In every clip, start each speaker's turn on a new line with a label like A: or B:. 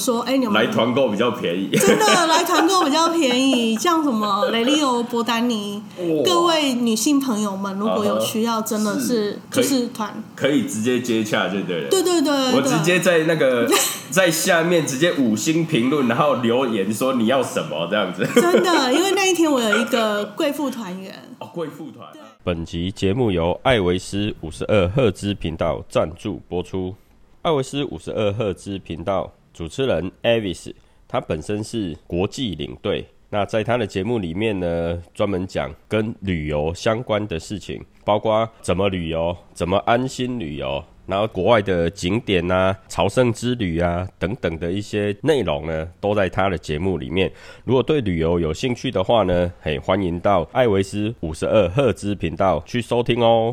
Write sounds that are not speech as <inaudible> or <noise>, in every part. A: 说，哎、你
B: <laughs>
A: 们
B: 来团购比较便宜。 <laughs>
A: 真的来团购比较便宜，像什么雷利欧、博丹尼
B: 哇，
A: 各位女性朋友们，如果有需要，真的是
B: 是可
A: 就
B: 以
A: 是团，
B: 可以直接接洽就对了。
A: 对对对对，
B: 我直接在那个 <laughs> 在下面直接五星评论，然后留言说你要什么这样子。 <laughs>
A: 真的，因为那一天我有一个贵妇团员，
B: 哦，贵妇团。本集节目由艾维斯五十二赫兹频道赞助播出。艾维斯五十二赫兹频道主持人 Avis，他本身是国际领队。那在他的节目里面呢，专门讲跟旅游相关的事情，包括怎么旅游、怎么安心旅游，然后国外的景点啊、朝圣之旅啊等等的一些内容呢，都在他的节目里面。如果对旅游有兴趣的话呢，嘿，欢迎到艾维斯五十二赫兹频道去收听哦。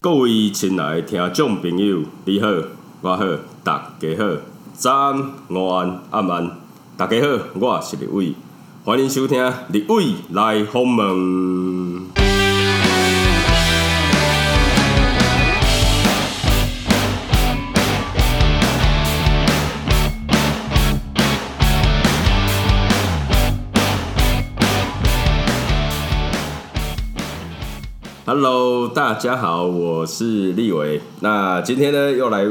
B: 各位亲爱的听众朋友，你好，我好，大家好，早安、午安、晚安，大家好，我是李伟，欢迎收听李伟来访问。Hello，大家好，我是立伟。那今天呢，又来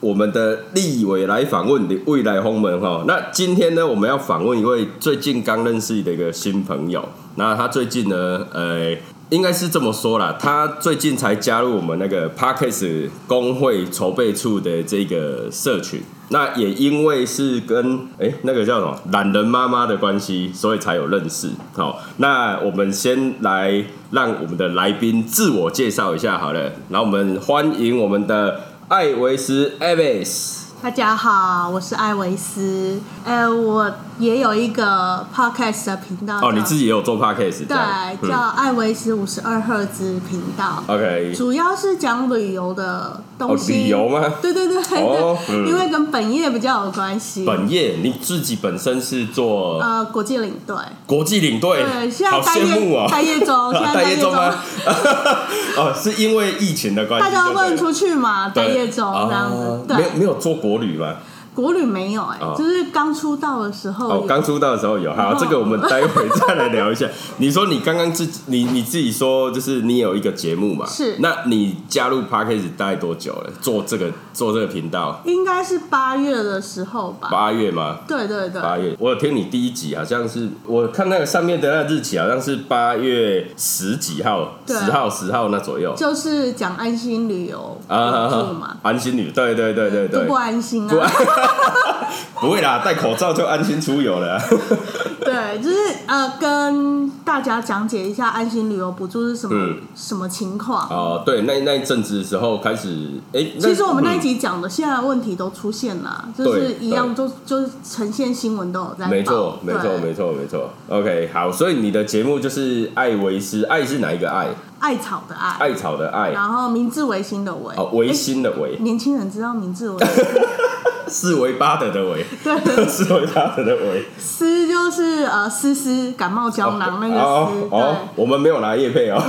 B: 我们的立伟来访问你未来红门哈。那今天呢，我们要访问一位最近刚认识的一个新朋友。那他最近呢，呃，应该是这么说啦，他最近才加入我们那个 Parkes 工会筹备处的这个社群。那也因为是跟哎、那个叫什么懒人妈妈的关系，所以才有认识。好，那我们先来让我们的来宾自我介绍一下好了。然后我们欢迎我们的艾维斯 Avis。
A: 大家好，我是艾维斯，呃，我也有一个 podcast 的频道
B: 哦，
A: 叫
B: 你自己也有做 podcast 这样嗯
A: 对，叫艾维斯五十二赫兹频道。
B: OK，
A: 主要是讲旅游的东西，
B: 哦旅游吗
A: 对对对，
B: 哦
A: 对
B: 嗯
A: 因为跟本业比较有关系。
B: 本业你自己本身是做
A: 呃，国际领队，
B: 国际领队，
A: 对，现在
B: 哎好
A: 待
B: 羡慕
A: 业
B: 哦，
A: 待业
B: <laughs>
A: 中，现在待
B: 业
A: 业中
B: 中，吗？啊哦，是因为疫情的关系，
A: 大家都
B: 对不
A: 不
B: 对
A: 能出去嘛，待
B: 对
A: 业中这样
B: 哦
A: 子。
B: 没
A: 对，
B: 有
A: 啊
B: 没有做国旅吗？
A: 国旅没有哎
B: 哦，
A: 就是刚出道的时候
B: 哦，
A: 也，
B: 刚出道的时候有，
A: <laughs>
B: 好，
A: 哦
B: 这个我们待会再来聊
A: <laughs>
B: 一下。你说你刚刚自己，你你自己说，就是你有一个节目嘛？
A: 是
B: 那你加入 Parkes 大概多久了？做这个做这个频道，
A: 应该是八月的时候吧。
B: 八月吗？
A: 对对对，
B: 八月，我有听你第一集，好像是我看那个上面的那个日期，好像是八月十几号，
A: 对啊
B: 十号十号那左右
A: 就是讲安心旅游
B: 啊
A: 补助嘛，，
B: 安心女，对对对对
A: 都
B: 对
A: 不，安心
B: 不
A: 啊。
B: 不会啦，戴口罩就安心出游了啊。
A: <laughs> 对，就是呃，跟大家讲解一下安心旅游补助是什么、
B: 嗯
A: 什么情况。
B: 哦，对，那那一阵子的时候开始，哎、
A: 其实我们那一
B: 嗯
A: 集讲的，现在问题都出现了，就是
B: 对
A: 一样都就是呈现新闻都有在报。
B: 嗯没错，没错，
A: 对
B: 没错，没错。OK，好，所以你的节目就是艾维斯，艾是哪一个艾？
A: 艾草的艾，
B: 艾草的艾，
A: 然后明治维新的维。
B: 哎哦，维
A: 诶
B: 新的维，
A: 年轻人知道明治维新，
B: <laughs> 四维巴德的维，
A: 对，
B: 四维巴德
A: <laughs>
B: 的维。
A: 丝就是呃丝丝感冒胶囊那个
B: 哦
A: 丝，
B: 哦，我们没有拿叶
A: <laughs>
B: 配哦。 <laughs>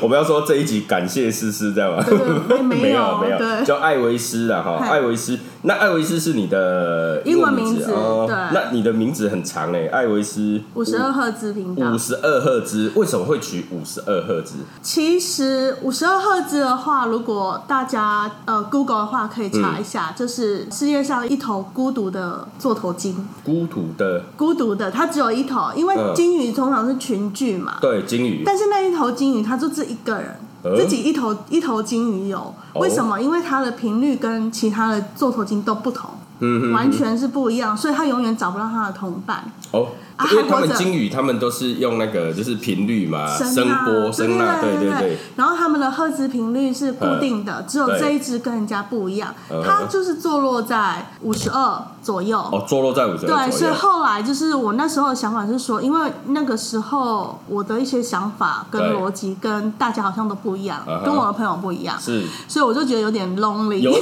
B: 我们要说这一集感谢思思，这样吗？
A: 对对
B: <laughs>
A: 对没有
B: 没有，没有，
A: 对
B: 叫艾维斯啦哈，
A: 嗨
B: 艾维斯。那艾维斯是你的
A: 英文
B: 名
A: 名字
B: 哦
A: 对
B: 那你的名字很长哎，艾维斯
A: 五十二赫啊兹频道
B: 五。十二赫兹，为什么会取五十二赫兹？
A: 其实五十二赫兹的话，如果大家呃 Google 的话，可以查一
B: 嗯
A: 下，就是世界上一头孤独的座头鲸，
B: 孤独的
A: 孤独的它只有一头，因为
B: 嗯
A: 鲸鱼通常是群聚嘛，
B: 对金鱼，
A: 但是那一头鲸鱼它就是一个人。
B: 呃
A: 自己一
B: 哦
A: 头一头鲸鱼游，为什么？因为它的频率跟其他的座头鲸都不同，
B: 嗯
A: 完全是不一样，所以他永远找不到他的同伴。
B: 哦
A: 啊，
B: 因为
A: 还
B: 他
A: 活
B: 们
A: 着
B: 鲸鱼他们都是用那个就是频率嘛，声
A: 呐
B: 啊波、声呐，
A: 啊对
B: 对对
A: 对
B: 对。。
A: 然后他们的赫兹频率是固定的，只有
B: 对
A: 这一只跟人家不一样
B: 嗯，
A: 它就是坐落在五十二左右。
B: 哦，坐落在五十二
A: 对，
B: 左
A: 所以
B: 右。
A: 后来就是我那时候的想法是说，因为那个时候我的一些想法跟
B: 对
A: 逻辑跟大家好像都不一样
B: 嗯，哼
A: 跟我的朋友不一样，
B: <laughs> 是
A: 所以我就觉得有点 lonely。
B: <laughs> 有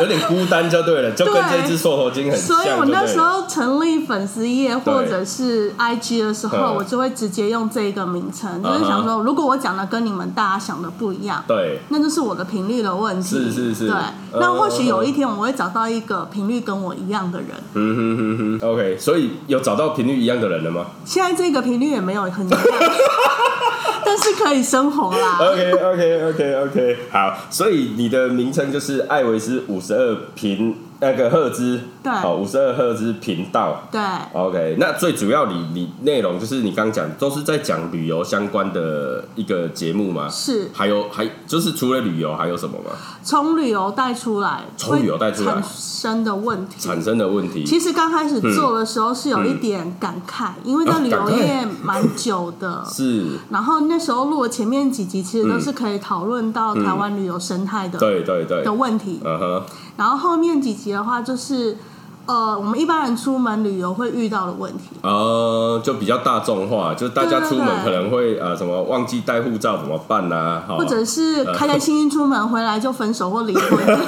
B: 有点孤单就对了，就跟
A: 对
B: 这只瘦头鲸很像。
A: 所以我那时
B: 就对了
A: 候成立粉丝页
B: 对
A: 或者是 IG 的时候，
B: 嗯
A: 我就会直接用这个名称，就
B: 嗯
A: 是
B: 哼
A: 想说，如果我讲的跟你们大家想的不一样，
B: 对
A: 那就是我的频率的问题。
B: 是是是
A: 对
B: 嗯，
A: 那或许有一天我会找到一个频率跟我一样的人。
B: 嗯哼哼哼，OK，所以有找到频率一样的人了吗
A: 现在这个频率也没有很一样，
B: <laughs>
A: 但是可以生活啦。
B: ？OK OK OK OK，好，所以你的名称就是艾维斯五十二频那个赫兹，
A: 对
B: 好，五十二赫兹频道。
A: 对
B: OK，那最主要你你内容就是你刚讲都是在讲旅游相关的一个节目吗？
A: 是
B: 还有还就是除了旅游还有什么吗？
A: 从旅游带出来，
B: 从旅游带出来嗯
A: 会产生的问题。
B: 产生的问题，
A: 其实刚开始做的时候是有一点感慨，因
B: 嗯啊
A: 为在旅游业蛮久
B: <laughs>
A: 的。
B: 是，
A: 然后那时候录的前面几集，其实都是可以讨论到台湾旅游生态的、
B: 对对嗯对，
A: 的问题。
B: 嗯哼，
A: 然后后面几集的话，就是呃，我们一般人出门旅游会遇到的问题。
B: 呃，就比较大众化，就大家
A: 对对
B: 出门
A: 对
B: 可能会呃什么忘记带护照怎么办呐、啊？
A: 或者是开开心心出门回来就分手或离婚，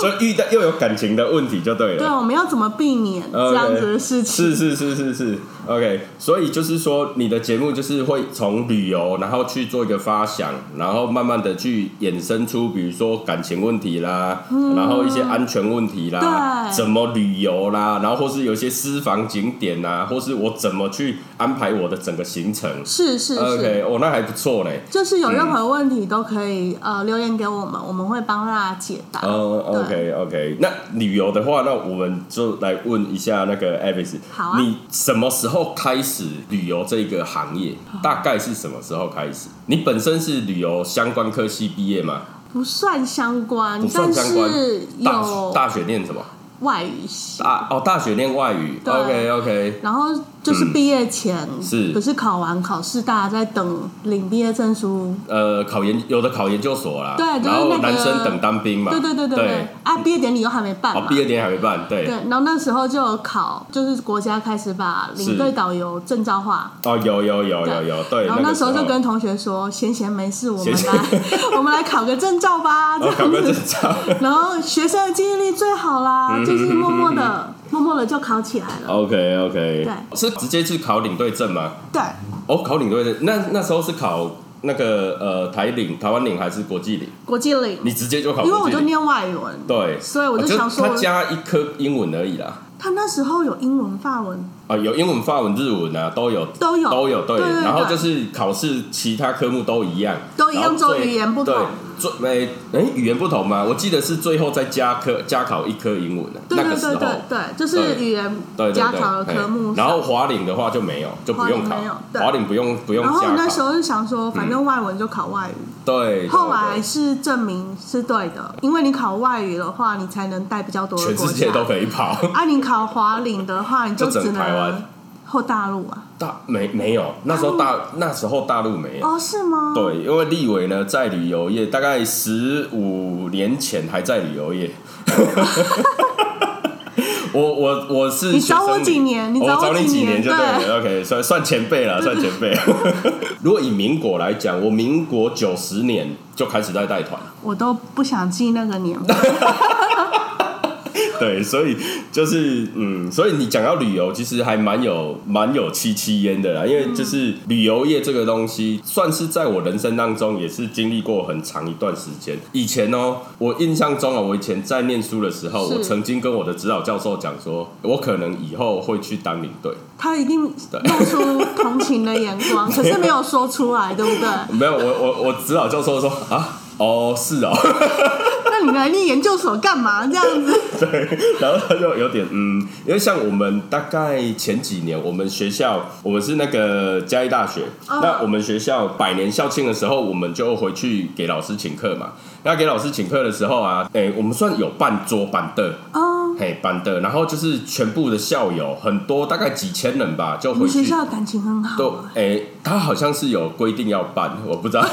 B: 就遇到又有感情的问题就对
A: 对，
B: 了。
A: 我们要怎么避免这样子的事情？
B: 是是是是是，OK，所以就是说，你的节目就是会从旅游，然后去做一个发想，然后慢慢的去衍生出，比如说感情问题啦，然后一些安全问题啦，
A: 嗯对
B: 怎么旅游啦，然后或是有一些私房景点啦，或是我怎么去安排我的整个行程。
A: 是是是，
B: OK，哦，那还不错嘞。
A: 就是有任何问题都可以呃留言给我们，我们会帮大家解答。
B: 哦、o
A: 对
B: k OK，那旅游的话，那我们就来问一下那个 Avis，
A: 好啊
B: 你什么时候开始旅游这个行业？大概是什么时候开始？你本身是旅游相关科系毕业吗？
A: 不算相关，
B: 不算相关
A: 但是
B: 大
A: 有
B: 大学念什么？
A: 外语系。
B: 大哦，大学念外语。
A: 对
B: OK OK，
A: 然后就是毕业前，
B: 嗯是
A: 不是考完考试，大家在等领毕业证书？
B: 呃，考研有的考研究所啦，
A: 对就是
B: 然后
A: 那个
B: 男生等当兵嘛，
A: 对对对对对，啊，毕业典礼又还没办
B: 哦
A: 嘛，。
B: 毕业典礼还没办，对，
A: 对，然后那时候就有考，就是国家开始把领队
B: 是
A: 导游证照化，
B: 哦，有有有
A: <laughs>
B: 有有，对，
A: 然后
B: 那
A: 那
B: 个
A: 时候就跟同学说，闲闲没事，我们
B: 闲闲
A: 来 <laughs> 我们来考个证照
B: <laughs>
A: 吧，这
B: 哦，考
A: 样
B: 个证
A: 子。 <laughs>
B: 照。
A: 然后学生的记忆力最好
B: 嗯
A: 啦，就是默默的、默默的就考起来了。
B: OK OK，
A: 对
B: 是直接去考领队证吗？
A: 对，
B: 哦，考领队证，那那时候是考那个呃台领、台湾领还是国际领？
A: 国际领，
B: 你直接就考
A: 因为我
B: 国际
A: 就
B: 领？
A: 念外文，
B: 对，
A: 所以我就
B: 哦
A: 想说
B: 他加一科英文而已啦。
A: 他那时候有英文、法文，
B: 啊，有英文、法文、日文啊，都有，
A: 都有
B: 都有，对。
A: 对对
B: 然后
A: 对
B: 就是考试，其他科目都一样，
A: 都一样
B: 然后最
A: 只有语言不同。
B: 对，最诶诶，语言不同吗？我记得是最后再加科加考一科英文的，啊
A: 对
B: 那
A: 对
B: 个时
A: 对
B: 候，
A: 对对，就是语言
B: 对对对
A: 加考的科目
B: 嘿。然后华领的话就没有，就不用
A: 华
B: 考
A: 领没有。对
B: 华领不用不用
A: 然
B: 加
A: 后我
B: 考。嗯
A: 那时候就想说，反正外文就考外语。
B: 对，对
A: 后来
B: 对
A: 是证明是对的，因为你考外语的话，你才能带比较多的
B: 全
A: 国
B: 世界
A: 家。
B: 都可以跑。
A: 啊，你考华领的话，你就
B: 就整
A: 只
B: 台湾
A: 能或大陆啊？
B: <laughs> 大没没有，那时候大那时候大陆没有。
A: 哦，是吗？，
B: 对，因为立伟呢在旅游业，大概十五年前还在旅游业。 <laughs> 我我我是
A: 你找
B: 学生
A: 我几年你
B: 我
A: 找我
B: 找你
A: 几
B: 几
A: 年
B: 年就对
A: 对
B: 了。OK，算算前辈了，算前辈。 <laughs> 如果以民国来讲，我民国九十年就开始在带团，
A: 我都不想记那个年份。
B: <laughs> 对，所以就是嗯，所以你讲到旅游，其实还蛮有蛮有戚戚焉的啦，因为就是旅游业这个东西，算是在我人生当中也是经历过很长一段时间。以前哦，我印象中啊，我以前在念书的时候，
A: 是
B: 我曾经跟我的指导教授讲说，我可能以后会去当领队。
A: 他一定露出同情的眼
B: <laughs>
A: 光，可是没有说出来，对不对？
B: 没有，我我我指导教授说啊，哦，是哦。
A: 那你来念研究所干嘛？这样子，
B: 对， <laughs> 然后他就有点嗯，因为像我们大概前几年，我们学校我们是那个嘉义大学，
A: 嗯
B: 那我们学校百年校庆的时候，我们就回去给老师请客嘛。那给老师请客的时候啊，哎、我们算有半桌半凳，
A: 哦，
B: 嘿板的，然后就是全部的校友很多，大概几千人吧，就
A: 你
B: 回
A: 们学
B: 去
A: 校的感情很好，啊
B: 都哎、他好像是有规定要办，我不知道。 <laughs>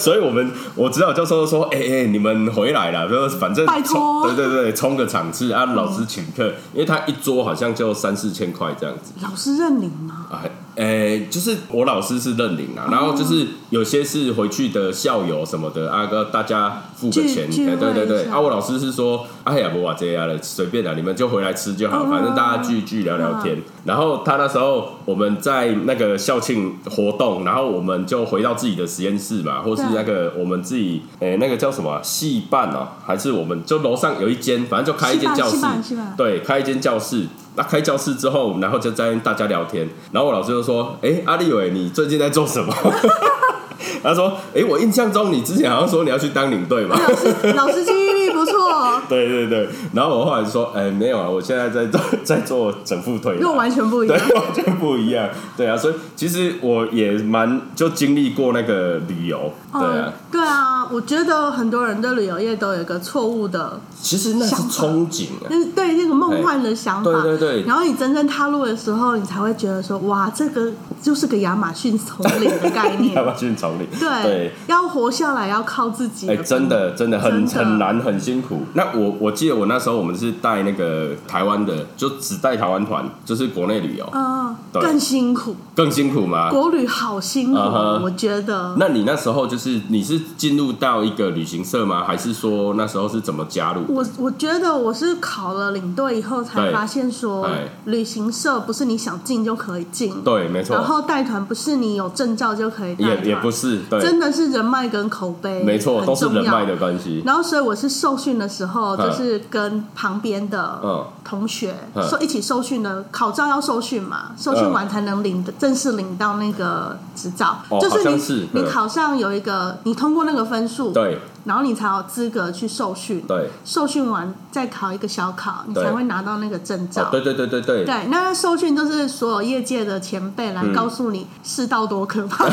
B: 所以我们我指导教授说：“哎、哎、你们回来了，就是反正
A: 拜托
B: 冲对对对，冲个场次啊，老师请客，因为他一桌好像就三四千块这样子
A: 老师认领吗？ <laughs>
B: 啊。哎，就是我老师是认领啦，啊然后就是
A: 哦
B: 有些是回去的校友什么的啊，个大家付个
A: 聚
B: 钱，
A: 聚
B: 哎对对
A: 会一
B: 对。
A: 下
B: 啊，我老师是说：哎呀，不哇这样了，随便啦，你们就回来吃就好，
A: 嗯
B: 反正大家聚一聚聊聊天。然后他那时候我们在那个校庆活动，然后我们就回到自己的实验室嘛，或是
A: 对
B: 那个我们自己诶、那个叫什么啊戏办哦，还是我们就楼上有一间，反正就开一间
A: 戏
B: 教
A: 办
B: 室
A: 戏办戏办，
B: 对，开一间教室。那开教室之后，然后就在那边大家聊天，然后我老师就说：“哎、阿立伟，你最近在做什么？” <laughs> 他说：“哎、我印象中你之前好像说你要去当领队嘛。”
A: 老师老师记忆力不错，哦
B: 对对对，然后我后来就说，哎、没有啊，我现在在 <laughs> 做在做整副腿拿，
A: 跟我完全不一
B: <laughs> 对
A: 样。，
B: 完全不一样，对啊，所以其实我也蛮就经历过那个旅游，对啊
A: 嗯，，对啊，我觉得很多人对旅游业都有一个错误的，
B: 其实那是
A: 想法
B: 憧憬啊，
A: 就是对那个梦幻的想法。
B: 对对对
A: 然后你真正踏入的时候，你才会觉得说，哇，这个就是个亚马逊丛林的概
B: 要
A: 念。
B: 不要去丛林？
A: 对，
B: <laughs> 对。
A: 要活下来要靠自己。
B: 哎、真。的，真的很
A: 嗯真的
B: 很难，很辛苦。那我我记得我那时候我们是带那个台湾的，就只带台湾团，就是国内旅游
A: 嗯，
B: 对
A: 更辛苦，
B: 更辛苦吗？
A: 国旅好辛苦
B: 嗯哼
A: 我觉得。
B: 那你那时候就是你是进入到一个旅行社吗？还是说那时候是怎么加入？
A: 我我觉得我是考了领队以后才
B: 对
A: 发现说
B: 对，
A: 旅行社不是你想进就可以进，
B: 对，没错。
A: 然后带团不是你有证照就可以带
B: 也
A: 团，
B: 也不是，对，
A: 真的是人脉跟口碑，
B: 没错，
A: 很
B: 都是
A: 重要
B: 人脉的关系。
A: 然后，所以我是受训的时候，
B: 嗯
A: 就是跟旁边的
B: 嗯
A: 同学
B: 嗯
A: 受一起受训的，考照要受训嘛，受训完才能领正式领到那个执照。
B: 哦
A: 就
B: 好
A: 是
B: 像
A: 你
B: 是
A: 你
B: 嗯
A: 考上有一个，你通过那个分数，
B: 对
A: 然后你才有资格去受训。
B: 对，
A: 受训完再考一个小考，你
B: 对
A: 才会拿到那个证照。
B: 哦，对对对对对，
A: 对，那受训都是所有业界的前辈
B: 嗯
A: 来告诉你世道多可
B: <laughs>
A: 怕、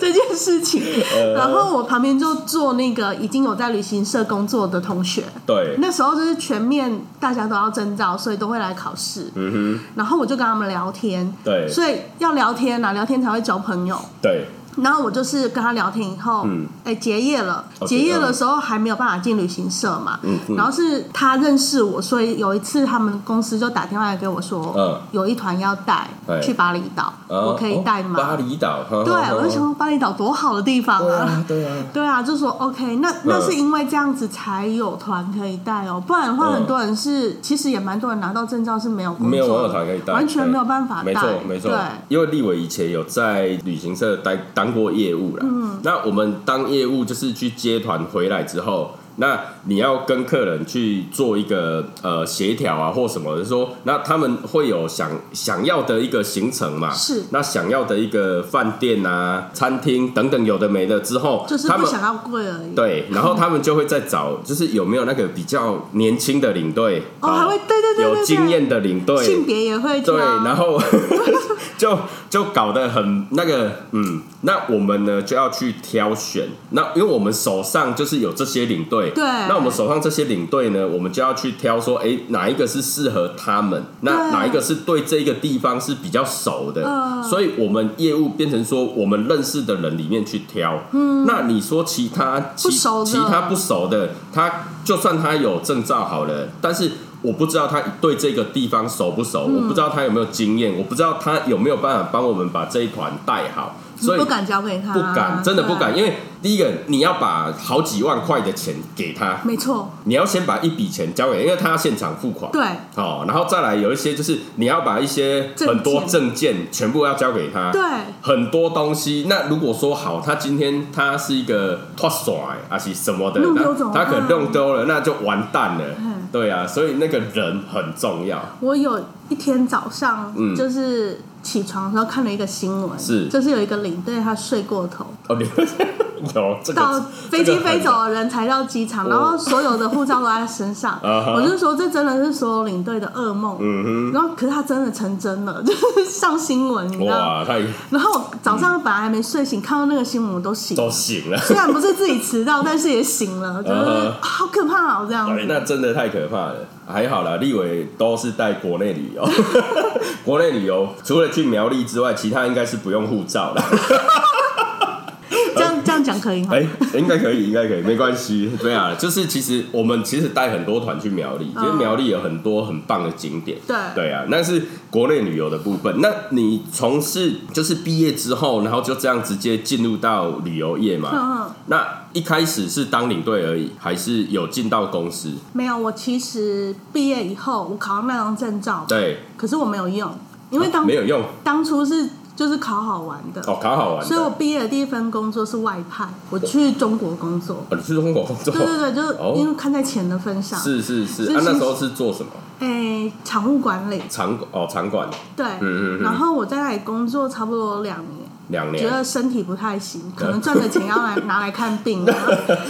A: 这件事情。
B: 呃
A: 然后我旁边就坐那个已经有在旅行社工作的同学，
B: 对，
A: 那时候就是全面大家都要征召，所以都会来考试。
B: 嗯
A: 然后我就跟他们聊天，
B: 对
A: 所以要聊天啊，聊天才会交朋友。
B: 哼，对，
A: 然后我就是跟他聊天以后，哎、
B: 嗯
A: 结业了。
B: 哦
A: 结
B: 结
A: 业
B: 业
A: 的
B: 了
A: 时候还没有办法进旅行社嘛，
B: 嗯嗯
A: 然后是他认识我，所以有一次他们公司就打电话来给我说，
B: 嗯
A: 有一团要带
B: 对
A: 去巴厘岛，
B: 哦
A: 我可以带
B: 哦巴
A: 吗？
B: 厘岛，
A: 对，
B: 对
A: 我就想说巴厘岛多好的地方
B: 对
A: 啊
B: 啊，！对啊，
A: 对啊，就说 OK，那
B: 嗯
A: 那是因为这样子才有团可以带哦，不然的话
B: 嗯
A: 很多人是其实也蛮多人拿到证照是没有工
B: 没有
A: 作的
B: 网友团可以带，
A: 完全
B: 对
A: 没有办法带，
B: 没错，没错
A: 对，，
B: 因为立伟以前有在旅行社当当过业务啦。嗯，那我们当业务就是去接团回来之后，那你要跟客人去做一个呃协调啊，或什么，就是说那他们会有想想要的一个行程嘛，
A: 是
B: 那想要的一个饭店啊、餐厅等等有的没的之后，
A: 就是
B: 他
A: 不
B: 们
A: 想要贵而已。
B: 对，然后他们就会再找，就是有没有那个比较年轻的领队
A: 哦还会对对对对对
B: 有经验的领队，
A: 性别也会挑，
B: 对，然
A: <laughs>
B: 后就就搞得很那个，嗯，那我们呢就要去挑选，那因为我们手上就是有这些领队，
A: 对
B: 那我们手上这些领队呢，我们就要去挑说，哎，哪一个是适合他们，
A: 对
B: 那哪一个是对这个地方是比较熟的，
A: 嗯
B: 所以我们业务变成说，我们认识的人里面去挑，嗯，那你说其他其
A: 不熟的
B: 其他不熟的，他就算他有证照好了，但是我不知道他对这个地方熟不
A: 嗯
B: 熟，我不知道他有没有经验，我不知道他有没有办法帮我们把这一团带好，所以
A: 不敢交给他，
B: 不敢真的不敢，
A: 对，啊
B: 因为第一个你要把好几万块的钱给他，
A: 没错，
B: 你要先把一笔钱交给，因为他要现场付款，
A: 对
B: 好、然后再来有一些就是你要把一些
A: 证件
B: 很多证件全部要交给他，
A: 对，
B: 很多东西。那如果说好，他今天他是一个脱甩啊，是什么的，
A: 弄丢怎
B: 那
A: 么
B: 他可
A: 办
B: 能弄丢了，那就完蛋了
A: 嗯。
B: 对啊，所以那个人很重要。
A: 我有一天早上
B: 嗯
A: 就是起床的时候看了一个新闻，
B: 是
A: 就是有一个领队他睡过头，
B: 哦，你 <laughs> 有这个
A: 到飞
B: 这
A: 机
B: 个
A: 飞
B: 很
A: 走的人才到机场，然后所有的护照都在他身上。
B: 啊哈
A: 我就说这真的是所有领队的噩梦。嗯哼。然后可是他真的成真了，就是上新闻，你知道吗。
B: 哇，太
A: 然后我早上本来还没睡醒，看到那个新闻我都醒
B: 都
A: 了，<laughs>
B: 醒了。
A: 虽然不是自己迟到，但是也醒了，就是、
B: 啊
A: 啊好可怕哦这样
B: 哎，
A: 子。
B: 那真的太可怕了。还好啦，立伟都是带国内旅游， <laughs> 国内旅游除了去苗栗之外，其他应该是不用护照的。
A: 这样这样讲可以吗？
B: 哎、应该可以，应该可以，没关系。对啊，就是其实我们其实带很多团去苗栗，因为
A: 嗯
B: 苗栗有很多很棒的景点。
A: 对
B: 对啊，那是国内旅游的部分。那你从事就是毕业之后，然后就这样直接进入到旅游业嘛？
A: 嗯嗯。
B: 那一开始是当领队而已，还是有进到公司？
A: 没有，我其实毕业以后我考上那张证照，
B: 对，
A: 可是我没有用，因为当
B: 没有用
A: 当初是就是考好玩的。
B: 哦，考好玩的。
A: 所以我毕业的第一份工作是外派，我去中国工作。
B: 哦你去中国工作
A: 对？对对，就是
B: 哦
A: 因为看在钱的份上，
B: 是是是
A: 是
B: 啊，那
A: 是
B: 时候是做什么？
A: 哎，场务管理
B: 场哦，场馆
A: 对。
B: 嗯嗯嗯
A: 然后我在那里工作差不多两年，
B: 两
A: 觉
B: 年，
A: 得身体不太
B: <laughs>
A: 行，可能赚的钱要来拿来看病啊，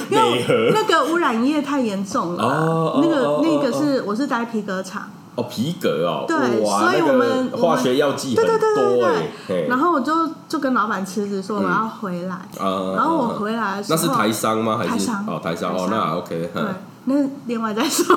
A: 因
B: 美
A: 为
B: 和
A: 那个污染业太严重了啊。
B: 哦哦
A: 那
B: 哦
A: 个
B: 哦
A: 那个是我是待皮革厂，
B: 哦，皮革哦，
A: 对
B: 哇，
A: 所以
B: 那个
A: 我们我
B: 化
A: 们
B: 学药剂
A: 对对对对
B: 很
A: 对
B: 多哎，嘿嗯
A: 然后我就就跟老板辞职说我要回来，
B: 啊
A: 然后我回来的时
B: 那
A: 候
B: 是台商吗？还
A: 台
B: 是
A: 商
B: 哦台
A: 台
B: 商哦，
A: 商
B: 那 OK，
A: 对
B: 嗯，
A: 那另外再
B: <laughs>
A: 说。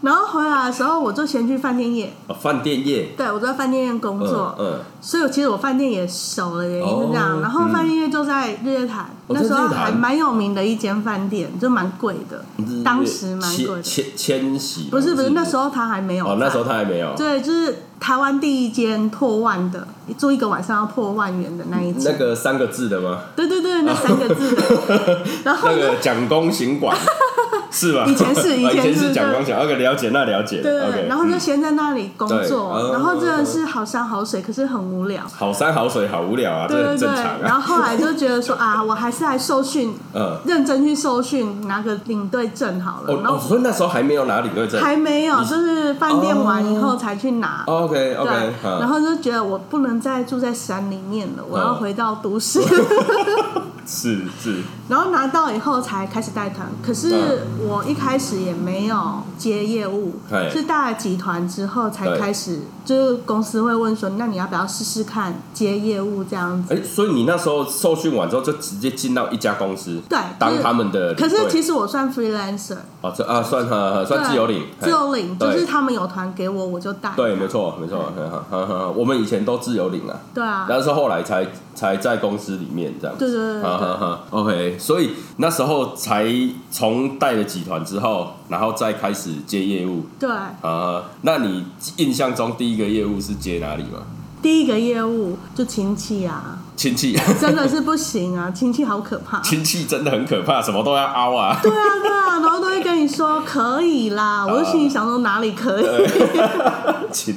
A: 然后回来的时候，我就先去饭店业，
B: 哦饭店业，
A: 对我就在饭店业工
B: 嗯
A: 作，
B: 嗯，
A: 所以我其实我饭店也熟了，原因是这样。
B: 哦
A: 然后饭店业就在日月潭，
B: 哦
A: 那时
B: 在日
A: 候
B: 月潭嗯
A: 还蛮有名的一间饭店，就蛮贵的，当时蛮贵的。
B: 千千千禧
A: 不是不是，那时
B: 候
A: 候他还没有在。
B: 哦，那时候他还没有，
A: 对，就是台湾第一间破万的，住一个晚上要破万元的那一
B: 那
A: 间。
B: 个三个字的吗？
A: 对对对，那三个字的。
B: <laughs>
A: 然后
B: 那
A: 呢？
B: 个蒋公行
A: <laughs>
B: 馆是吧？
A: 哦以前是以
B: 哦以
A: 前
B: 前
A: 是
B: 是蒋
A: 对
B: 公行，OK，了解，那了解，
A: 对对
B: OK，
A: 对，然后就先在那里工
B: 对
A: 作，
B: 嗯
A: 然后真的是好山好水，可是很无聊。
B: 好山好水好无聊啊，
A: 对
B: 这
A: 对
B: 很
A: 对
B: 正常，
A: 然后
B: 啊。
A: 后来就觉得说啊，我还是来受训，
B: 嗯，
A: 认真去受训，拿个领队证好
B: 哦
A: 了。然
B: 哦，
A: 后
B: 所以那时候还没有拿领队证。
A: 还没有，就是饭店完以后才去拿。
B: OK
A: 对
B: 哦 OK，
A: 然后就觉得我不能再住在山里面了，我要
B: 嗯
A: 回到都
B: <laughs>
A: 市。
B: 是是，
A: 然后拿到以后才开始带团，可是
B: 嗯
A: 我一开始也没有接业务，
B: 对
A: 是带了几团之后才
B: 对
A: 开始，就是公司会问说，那你要不要试试看接业务这样子？
B: 哎，所以你那时候受训完之后就直接进到一家公司，
A: 对，
B: 当他们的领
A: 就
B: 队。
A: 是。可是其实我算 freelancer，
B: 哦，这啊算哈算
A: 对
B: 自由领，
A: 自由领
B: 对
A: 就是他们有团给我，我就带。
B: 对，没错没错，很好，哈哈，我们以前都自由领啊，
A: 对啊，
B: 但是后来才才在公司里面这样子。
A: 对对对对
B: 哈哈哈，OK，所以那时候才从带了几团之后，然后再开始接业务
A: 对，
B: 啊。那你印象中第一个业务是接哪里吗？
A: 第一个业务就亲戚啊，
B: 亲戚， <laughs>
A: 真的是不行啊，亲戚好可怕。
B: 亲戚真的很可怕，什么都要凹啊。
A: 对啊，对啊，然后都会跟你说可以啦，我就心里想说哪里可以。
B: <laughs> 亲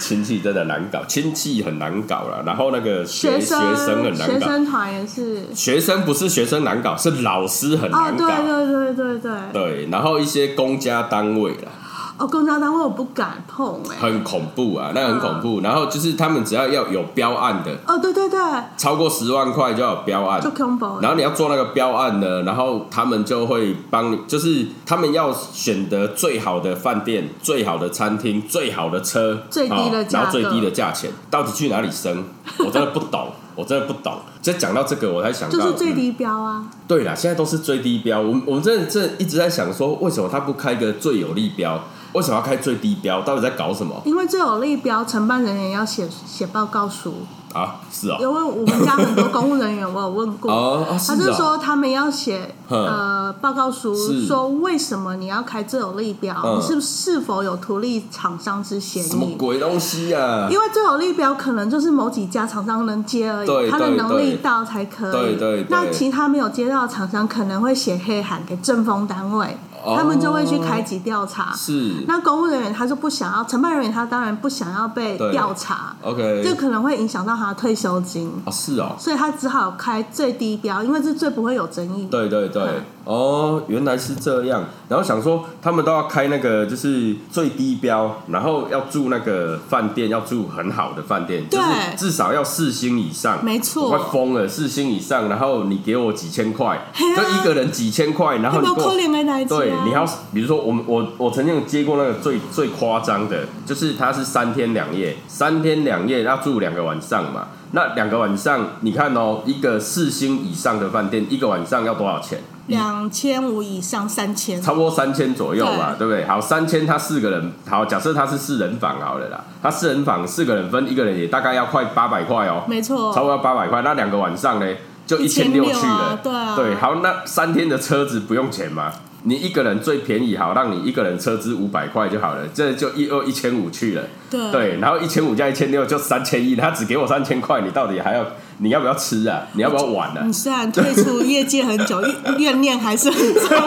B: 亲戚真的难搞，亲戚很难搞了。然后那个
A: 学
B: 学
A: 生
B: 生很难
A: 学
B: 搞，
A: 生团也是。
B: 学生不是学生难搞，是老师很
A: 哦，
B: 难搞。
A: 对对对对对，
B: 对然后一些公家单位啦，
A: 哦，公交单位我不敢碰哎、
B: 很恐怖啊，那很恐怖。然后就是他们只要要有标案的，
A: 哦，对对对，
B: 超过十万块就要有标案
A: 就。combo
B: 然后你要做那个标案呢，然后他们就会帮你，就是他们要选择最好的饭店、最好的餐厅、最好的车、
A: 最低的
B: 哦
A: 价格
B: 然后最低的价钱，到底去哪里升？我真的不懂，我真的不
A: <laughs>
B: 懂。就讲到这个，我才想到，
A: 就是最
B: 嗯
A: 低标啊，
B: 对啦，现在都是最低标。我们我们真的真的一直在想说，为什么他不开个最有利标？为什么要开最低标？到底在搞什么
A: 因为最有利标，承办人员要写写报告书，
B: 啊？是哦，
A: 因为我们家很多公务人员我有问过。
B: 哦，啊是
A: 他就
B: 哦，
A: 说他们要写
B: 嗯
A: 呃报告书，
B: 是
A: 说为什么你要开最有利标，
B: 嗯
A: 你是不是否有图利厂商之嫌
B: 什么
A: 疑？
B: 鬼东西啊？
A: 因为最有利标可能就是某几家厂商能接而
B: 对
A: 已，他的
B: 对
A: 能
B: 对
A: 力到才可以。
B: 对对对
A: 那其他没有接到的厂商可能会写黑函给政风单位，
B: 哦
A: 他们就会去开启调查。
B: 是
A: 那公务人员他就不想要，承办人员他当然不想要被
B: 对
A: 调查，
B: OK，
A: 这可能会影响到他的退休金，
B: 啊是哦，
A: 所以他只好开最低标，因为这最不会有争议。
B: 对对对
A: 嗯，
B: 哦，原来是这样。然后想说，他们都要开那个就是最低标，然后要住那个饭店，要住很好的饭店，就
A: 对
B: 是至少要四星以上。
A: 没错
B: 我快疯了，四星以上，然后你给我几千块，
A: 嘿啊
B: 就一个人几千块，然后
A: 有没
B: 你
A: 有
B: 给
A: 扣
B: 我。
A: 脸没来
B: 对，你要比如说我们我我曾经有接过那个最最夸张的，就是他是三天两夜，三天两夜要住两个晚上嘛。那两个晚上，你看哦，一个四星以上的饭店，一个晚上要多少钱？
A: 两千五以上三千，
B: 差不多三千左右嘛，对不对？好，三千他四个人，好，假设他是四人房好了啦，他四人房四个人分，一个人也大概要快八百块哦，
A: 没错，
B: 差不多八百块，那两个晚上呢就一千
A: 1600
B: 去了，
A: 啊对啊
B: 好，那三天的车子不用钱嘛，你一个人最便宜好，让你一个人车资五百块就好了，这就一二一千五去了，
A: 对
B: 对，然后一千五加一千六就三千一，他只给我三千块，你到底还要你要不要吃啊？你要不要玩啊
A: 你？虽然退
B: <laughs>
A: 出业界很久，怨怨念还是很重。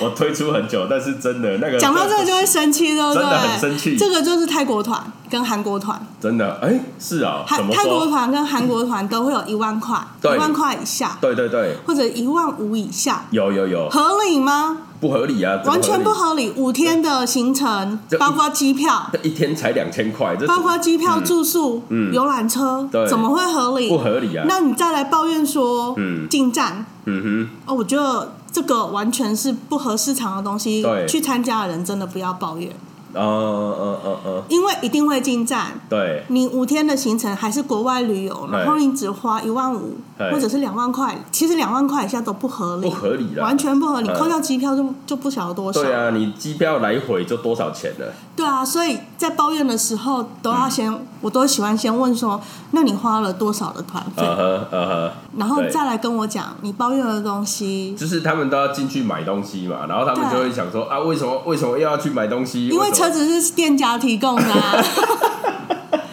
B: 我推出很久，但是真的那个
A: 讲到这个就会生气，对不对？
B: 真的很生气
A: 这个就是泰国团跟韩国团，
B: 真的，哎、是啊、怎
A: 韩
B: 么
A: 泰国
B: 说？
A: 团跟韩国团都会有一万块，一
B: <laughs> 对
A: 万块以下，
B: 对对对，
A: 或者一万五以下，
B: 有有有，
A: 合理吗？
B: 不合理啊，怎么
A: 完全不
B: 合
A: 合理。五天的行程
B: 就，
A: 包括机票，
B: 理，这一天才两千块，这
A: 包括机票、住宿、游览车
B: 嗯对，
A: 怎么会合理
B: 不？合理啊。
A: 那你再来抱怨说
B: 嗯
A: 进站
B: 嗯
A: 哦，我觉得这个完全是不合市场的东西
B: 对，
A: 去参加的人真的不要抱怨，
B: 哼，哦哦哦哦，
A: 因为一定会进站。
B: 对，
A: 你五天的行程还是国外旅游，
B: 哎
A: 然后你只花一万五
B: 哎
A: 或者是两万块，其实两万块以下都不合理，
B: 不合理啦
A: 完全不合理。
B: 哎
A: 扣掉机票就就不晓得哦多少。
B: 对啊，你机票来回就多少钱了？
A: 对啊，所以在抱怨的时候都要先，
B: 嗯
A: 我都喜欢先问说，那你花了多少的团费？
B: 嗯哼嗯哼，
A: 然后
B: 对
A: 再来跟我讲你抱怨的东西，
B: 就是他们都要进去买东西嘛，然后他们就会想说啊，为什么为什么又要去买东西？
A: 因为
B: 什么
A: 车子是店家提供的、
B: <laughs>
A: 啊。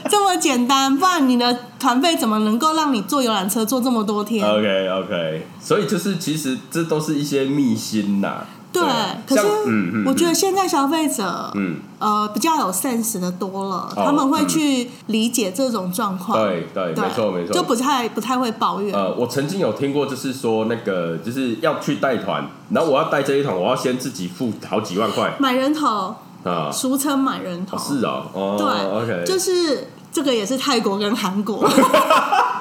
A: 这么简单，不然你的团费怎么能够让你坐游览车坐这么多天？
B: OK OK，所以就是其实这都是一些秘辛呐。
A: 对
B: 啊，
A: 可是
B: 像嗯嗯，
A: 我觉
B: 得
A: 得现在消费者，
B: 嗯，
A: 呃，比较有 sense 的多了，
B: 哦
A: 他们会去理解这种状况。
B: 对嗯对，没错没错，
A: 就不太不太会抱怨。
B: 呃，我曾经有听过，就是说那个就是要去带团，然后我要带这一团，我要先自己付好几万块
A: 买人头，
B: 啊、
A: 俗称买人头，
B: 哦是哦，哦
A: 对、
B: ，OK，
A: 就是这个也是泰国跟韩国
B: <laughs>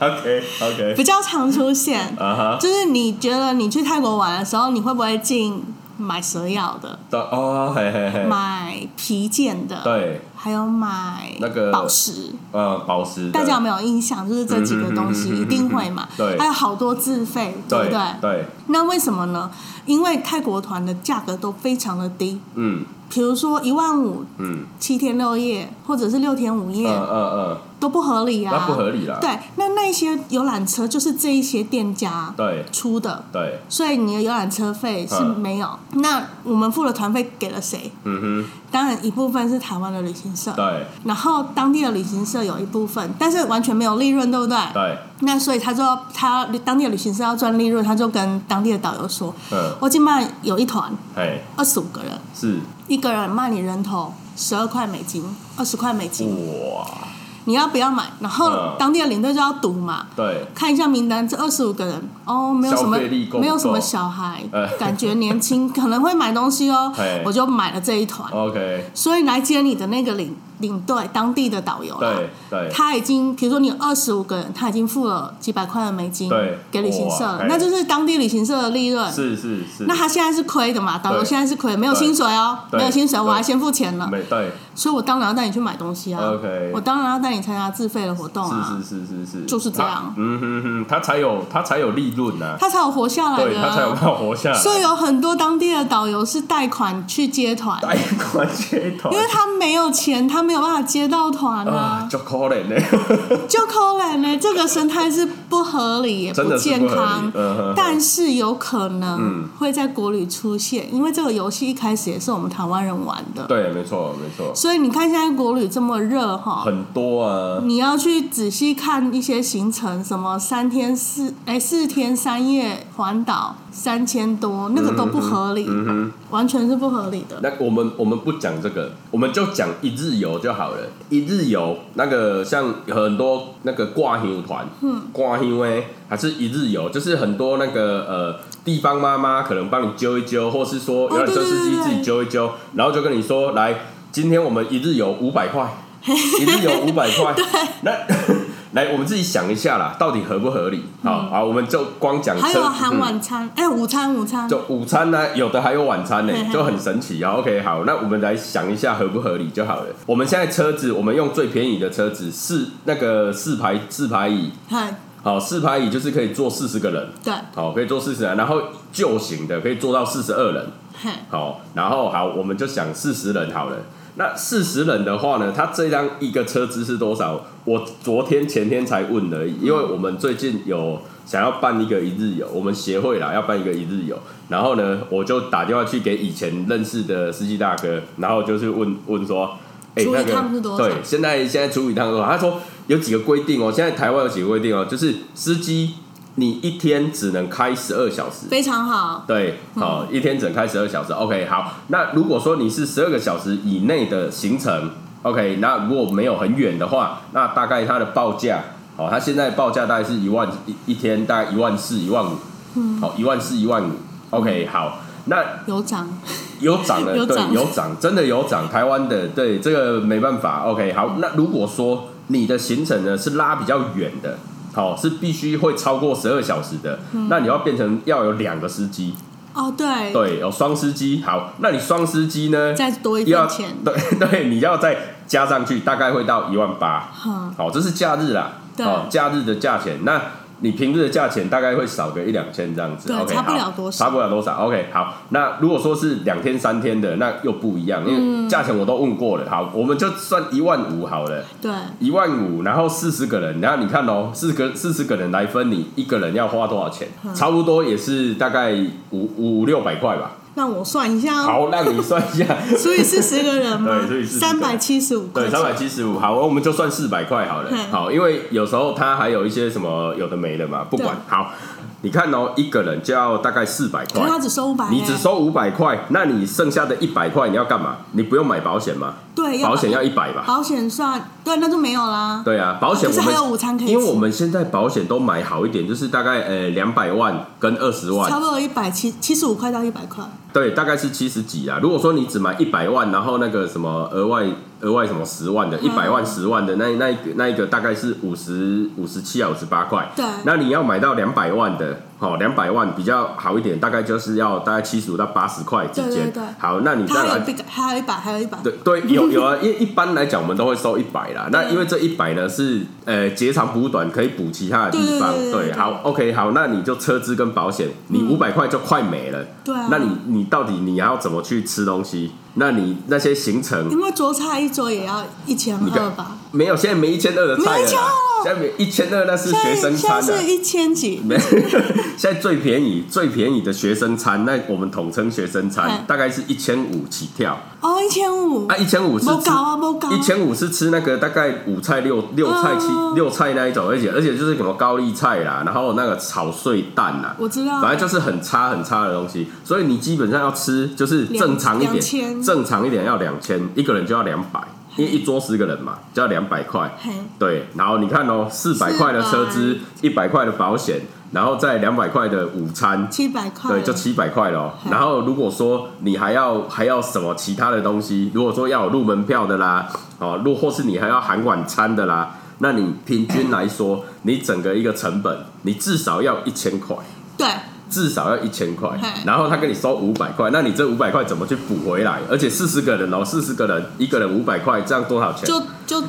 B: OK OK，
A: 比较常出现。
B: 啊哈，
A: 就是你觉得你去泰国玩的时候，你会不会进买蛇药的、
B: 对哦，嘿嘿嘿，
A: 买皮件的，
B: 对，
A: 还有买
B: 那个
A: 宝石？
B: 呃，宝石的，
A: 大家有没有印象？就是这几个东西
B: 嗯嗯嗯嗯嗯嗯
A: 一定会嘛，
B: <laughs> 对
A: 还有好多自费，
B: 对
A: 不对？
B: 对，
A: 那为什么呢？因为泰国团的价格都非常的低，
B: 嗯
A: 比如说一万五
B: 嗯，
A: 七天六夜，或者是六天五夜、
B: 嗯嗯
A: 都不合理
B: 嗯，
A: 啊，
B: 那不合理啦，
A: 对，那那些游览车就是这一些店家
B: 对
A: 出的，
B: 对，
A: 所以你的游览车费是
B: 嗯
A: 没有。那我们付了团费给了谁？
B: 嗯
A: 当然一部分是台湾的旅行社
B: 哼，，对
A: 然后当地的旅行社有一部分，但是完全没有利润，对不对？
B: 对，
A: 那所以他就要他当地的旅行社要赚利润，他就跟当地的导游说：“
B: 嗯
A: 我今晚有一团
B: 哎
A: 二十五个人，
B: 是
A: 一个人卖你人头十二块美金，二十块美金，
B: 哇，
A: 你要不要买？”然后
B: 哦嗯
A: 当地的领队就要赌嘛，
B: 对
A: 看一下名单，这二十五个人哦，没有什么
B: 消费力够不够
A: 没有什么小孩
B: 哎，
A: 感觉年轻， <laughs> 可能会买东西哦
B: 哎，
A: 我就买了这一
B: 哦
A: 团。
B: ，OK，
A: 所以来接你的那个领领队，当地的导游啦
B: 对，对
A: 他已经，比如说你二十五个人，他已经付了几百块的美金
B: 对
A: 给旅行社
B: 哇
A: 了
B: 哎，
A: 那就是当地旅行社的利润。
B: 是是是，
A: 那他现在是亏的嘛？导游
B: 对
A: 现在是亏，没有
B: 对
A: 薪水哦，
B: 对
A: 没有薪水，
B: 对
A: 我还先付钱了，
B: 没对，
A: 所以我当然要带你去买东西啊
B: OK
A: 我当然要带你参加自费的活动啊，
B: 是是是是是，
A: 就是这样
B: 他嗯哼哼，他才有他才有利润呐、
A: 他才有活下来
B: 对
A: 的
B: 他才有
A: 啊
B: 办。法活 <laughs> 下来。
A: 所以有很多当地的导游是贷款去接团，
B: 贷款接团
A: 因为他没有钱，他没有办法接到团啊
B: 嗯啊，，就可怜呢。 <laughs>
A: 就扣脸呢。这个生态是不合理也
B: 真的是
A: 健
B: 不合理
A: 康，
B: 嗯哼
A: 但是有可能会在国旅出现，因为这个游戏一开始也是我们台湾人玩的，
B: 对，没错，没错，
A: 所以你看现在国旅这么热哈，
B: 很多啊，
A: 你要去仔细看一些行程，什么三天四哎四天三夜环岛三千多，那个都不合理，
B: 嗯
A: 完全是不合理的。
B: 那我们我们不讲这个，我们就讲一日游就好了。一日游那个像很多那个挂香团，嗯，挂香诶，还是一日游，就是很多那个呃地方妈妈可能帮你揪一揪，或是说有辆车司
A: 哦对对
B: 机
A: 对对
B: 自己揪一揪，然后就跟你说，来，今天我们一日游五百块，一日游五百
A: <laughs>
B: 块，那 <laughs> 来我们自己想一下啦，到底合不合理？好，好，我们就光讲
A: 嗯还有
B: 呃车嗯
A: 含晚餐，哎、午餐午餐，
B: 就午餐呢、有的还有晚餐呢、
A: 对
B: 就很神奇啊。OK，好，那我们来想一下合不合理就好了。我们现在车子，我们用最便宜的车子，四那个四排四排椅，
A: 嗨，
B: 好，四排椅就是可以坐四十个人，
A: 对，
B: 好，可以坐四十人，然后旧型的可以坐到四十二人，
A: 嘿，
B: 好，然后好，我们就想四十人好了。那四十人的话呢，他这辆一个车资是多少？我昨天前天才问而已，因为我们最近有想要办一个一日游，我们协会啦要办一个一日游，然后呢，我就打电话去给以前认识的司机大哥，然后就是问问说。哎，
A: 出一
B: 那个
A: 趟是多少
B: 对，现在现在出一趟多少？他说有几个规定哦，现在台湾有几个规定哦，就是司机你一天只能开十二小时，
A: 非常好，
B: 对，好、
A: 嗯
B: 一天只能开十二小时。OK，好，那如果说你是十二个小时以内的行程，OK，那如果没有很远的话，那大概它的报价，好、它现在报价大概是一万一一天，大概一万四、一万五，嗯，好，一万四、一万五，OK，好，那
A: 有涨，
B: 有涨了，
A: 嗯有
B: 对，
A: 涨
B: 有涨，真的有涨。台湾的，对这个没办法。OK，好，那如果说你的行程呢是拉比较远的，好、是必须会超过十二小时的，
A: 嗯
B: 那你要变成要有两个司机，
A: 哦，对，
B: 对，有双司机。好，那你双司机呢？
A: 再多一
B: 又要
A: 份钱，
B: <laughs> 对对，你要再加上去，大概会到一万八。
A: 哼，
B: 好，这是假日啦，
A: 对
B: 哦，假日的价钱，那你平日的价钱大概会少个一两千这样子
A: 对
B: ，OK，
A: 差不
B: 好
A: 了多少
B: 差不了多少，OK，好，那如果说是两天三天的，那又不一样，
A: 嗯
B: 因为价钱我都问过了，好，我们就算一万五好了，
A: 对，
B: 一万五，然后四十个人，然后你看哦，四个四十个人来分，你一个人要花多少钱？
A: 嗯
B: 差不多也是大概五五六百块吧。
A: 让我算一下哦，
B: 好，让你算
A: <laughs>
B: 一下，
A: 所以是十个人吗
B: <laughs> 对所以？是10
A: 三
B: 个
A: 百
B: 人
A: 七十五
B: 对，
A: 块
B: 三
A: 钱，
B: 百七十五，好，我们就算四百块好了
A: 嗯。
B: 好，因为有时候它还有一些什么有的没的嘛，不管。好，你看哦，一个人就要大概四百
A: 可
B: 块
A: 是，他只收五百，
B: 你只收五百块，那你剩下的一百块你要干嘛？你不用买保险吗？
A: 对，
B: 保险
A: 要
B: 要一百吧？
A: 保险算，对，那就没有啦，
B: 对啊，保
A: 哦
B: 险
A: 可是
B: 我
A: 还有
B: 们
A: 午餐可以吃，
B: 因为我们现在保险都买好一点，就是大概呃两百万跟二十万
A: 差，不多一百七七十五块到一百块，
B: 对，大概是七十几啊。如果说你只买一百万，然后那个什么额外额外什么十
A: 嗯
B: 万的，一百万十万的那那一个那一个大概是五十五十七啊五十八块。
A: 对
B: 那你要买到两百万的，好两百万比较好一点，大概就是要大概七十五到八十块之间。
A: 对对对
B: 好，那你
A: 他
B: 嗯再
A: 还有
B: 来
A: 一。百，还有一百，还有一百，
B: 对对，有有啊，因为一般来讲我们都会收一百
A: 嗯
B: 啦。那因为这一百呢是呃截长补短，可以补其他的地方。
A: 对对对对对
B: 好，OK，好，那你就车资跟保险，你五百块就快没了。
A: 对啊
B: 那你你到底你要怎么去吃东西？那你那些行程
A: 因为桌菜一桌也要一千
B: 你
A: 二
B: 看
A: 吧？
B: 没有，现在没一千二的菜
A: 没
B: 了
A: 有钱
B: 啦
A: 哦，
B: 现在没一千二那是
A: 现
B: 学
A: 在
B: 生
A: 现在
B: 餐啊。
A: 是一千几，
B: 没， <laughs> 现在最便宜最便宜的学生餐，那我们统称学生餐
A: 嗯，
B: 大概是一千五起跳。
A: 哦，一千五
B: 啊，，一千五是
A: 没
B: 吃
A: 搞啊，没搞啊，
B: 一千五是吃那个大概五菜六六菜七、
A: 哦
B: 六菜那一种，而且而且就是什么高丽菜啦，然后那个炒碎蛋啦，
A: 我知道
B: 反正就是很差很差的东西。所以你基本上要吃就是正常一
A: 两哎
B: 点，
A: 2000
B: 正常一点要两千，一个人就要两百，因为一桌十个人嘛，就要两百块。
A: 嘿，
B: 对，然后你看哦，四百块的车资，一百块的保险，然后再两百块的午餐，
A: 七百块，
B: 对，就七百块咯。
A: 嗯
B: 然后如果说你还要还要什么其他的东西，如果说要有入门票的啦，哦，如或是你还要含晚餐的啦，那你平均来说，你整个一个成本，你至少要一千块，
A: 对，
B: 至少要一千块
A: 嗯。
B: 然后他跟你收五百块，那你这五百块怎么去补回来？而且四十个人哦，四十个人一个人五百块，这样多少钱？
A: 就就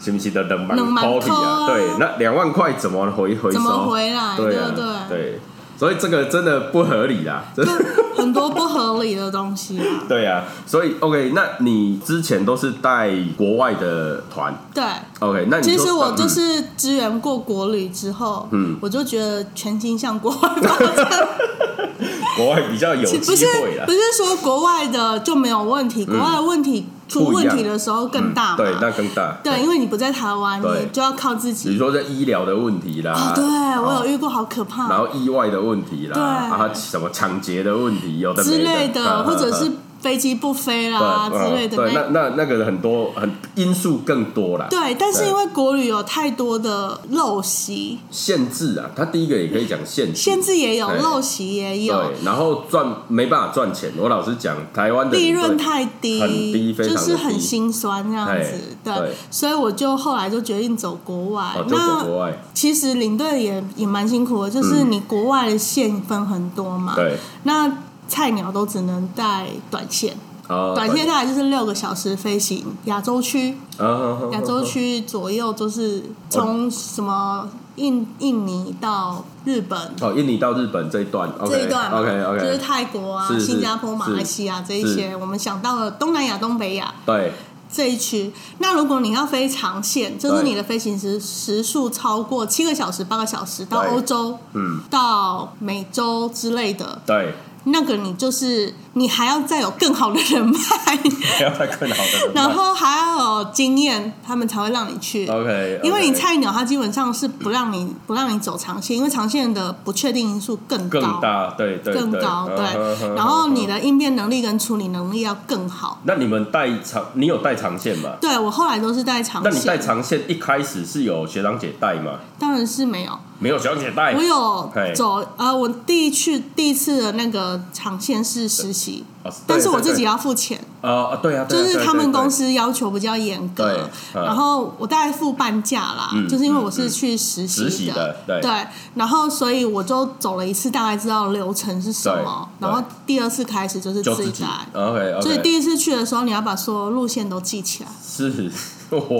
B: 是不是的冷门
A: 两万
B: copy
A: 块
B: 啊？
A: 啊
B: 对，那两万块怎么回回收？
A: 怎么回来？
B: 对
A: 对
B: 啊
A: 不对？
B: 对。所以这个真的不合理啦，真的
A: 很多不合理的东西
B: <laughs>
A: 啊。
B: 对啊，所以 OK，那你之前都是带国外的团
A: 对，
B: ，OK，那你
A: 其实我就
B: 嗯
A: 是支援过国旅之后，嗯，我就觉得全心向国外
B: <laughs>
A: 发展。
B: 嗯国外比较有
A: 其不是
B: 机会啦嗯
A: 不，是说国外的就没有问题，国外的问题出
B: 不一
A: 问
B: 样
A: 题的时候更大嘛。
B: 嗯对，那更大。
A: 对，因为你不在台湾，
B: 对
A: 你就要靠自
B: 比如
A: 己。
B: 说在医疗的问题啦
A: 哦，，对我有
B: 哦
A: 遇过，好可怕。
B: 然后意外的问题啦，
A: 对
B: 啊什么抢劫的问题，有的没
A: 之类
B: 嗯
A: 的，
B: 嗯
A: 或者
B: 嗯
A: 是飞机不飞
B: 对
A: 啦
B: 嗯
A: 之类的
B: 对，那
A: 那。
B: 那那个很多很因素更多啦，
A: 对，但是
B: 对
A: 因为国旅有太多的陋习，
B: 限制啊，它第一个也可以讲限制，
A: 限制也有，
B: 对
A: 陋习也有，
B: 对，然后赚没办法赚钱，我老实讲，台湾的
A: 利
B: 领队
A: 润太低，
B: 很低非常
A: 就
B: 的
A: 是很
B: 低
A: 心酸这样
B: 哎
A: 子。对，
B: 对
A: 所以我就后来就决定走国外。
B: 哦，就走
A: 那
B: 国外，嗯
A: 其实领队也也蛮辛苦的，就是你国外的线分很多嘛，
B: 对，
A: 那菜鸟都只能带短线，
B: 哦，
A: 短线大概就是六个小时飞行，亚洲区。
B: 啊啊，啊
A: 亚洲，区左右，就是从什么印印尼到日本
B: 啊啊哦，印尼到日本这一段，OK，
A: 这一段嘛
B: ，OK
A: 就是
B: OK，
A: 泰国啊、
B: 是是
A: 新加坡、马来西亚这一些，我们想到了东南亚、东北亚
B: 对，
A: 这一区。那如果你要飞长线，就是
B: 对
A: 你的飞行时时速超过七个小时、八个小时，到
B: 对
A: 欧洲、
B: 嗯，
A: 到美洲之类的，
B: 对， <laughs>
A: 那个你就是你还要再有更好的人
B: <laughs>
A: 脉，
B: 不要再困扰的人脉，
A: 然
B: <laughs>
A: 后还要有经验，他们才会让你去。
B: OK，
A: 因为你菜鸟，它基本上是不让你不让你走长线，因为长线的不确定因素更高，
B: 更大，对对，
A: 更高
B: 嗯嗯
A: 对。
B: 嗯
A: 然后
B: 嗯
A: 你的应变能力跟处理能力要更好。
B: 那你们带长，你有带长线吗？
A: 对我后来都是带长
B: 那你带
A: 线，
B: 长线一开始是有学长姐带吗？
A: 当然是没有。
B: 没有学长姐带
A: 我，有
B: 哎嘿
A: 走呃，我第一去第一次的那个长线是实习，
B: 哦
A: 但是我自己
B: 对
A: 要付钱，
B: 对哦啊，对啊，对
A: 就
B: 啊
A: 是
B: 对
A: 他
B: 对
A: 们
B: 对
A: 公司要求比较严
B: 对
A: 格，
B: 嗯
A: 然后我大概付半价啦，就是因为我是去实习
B: 嗯实习的对
A: 然后所以我就走了一次，大概知道流程是什么，
B: 对
A: 然后第二次开始就是
B: 就
A: 自
B: 自
A: 己
B: 己
A: 来。
B: ，OK OK，
A: 所以第一次去的时候，你要把所有路线都记起来，
B: 是 <laughs>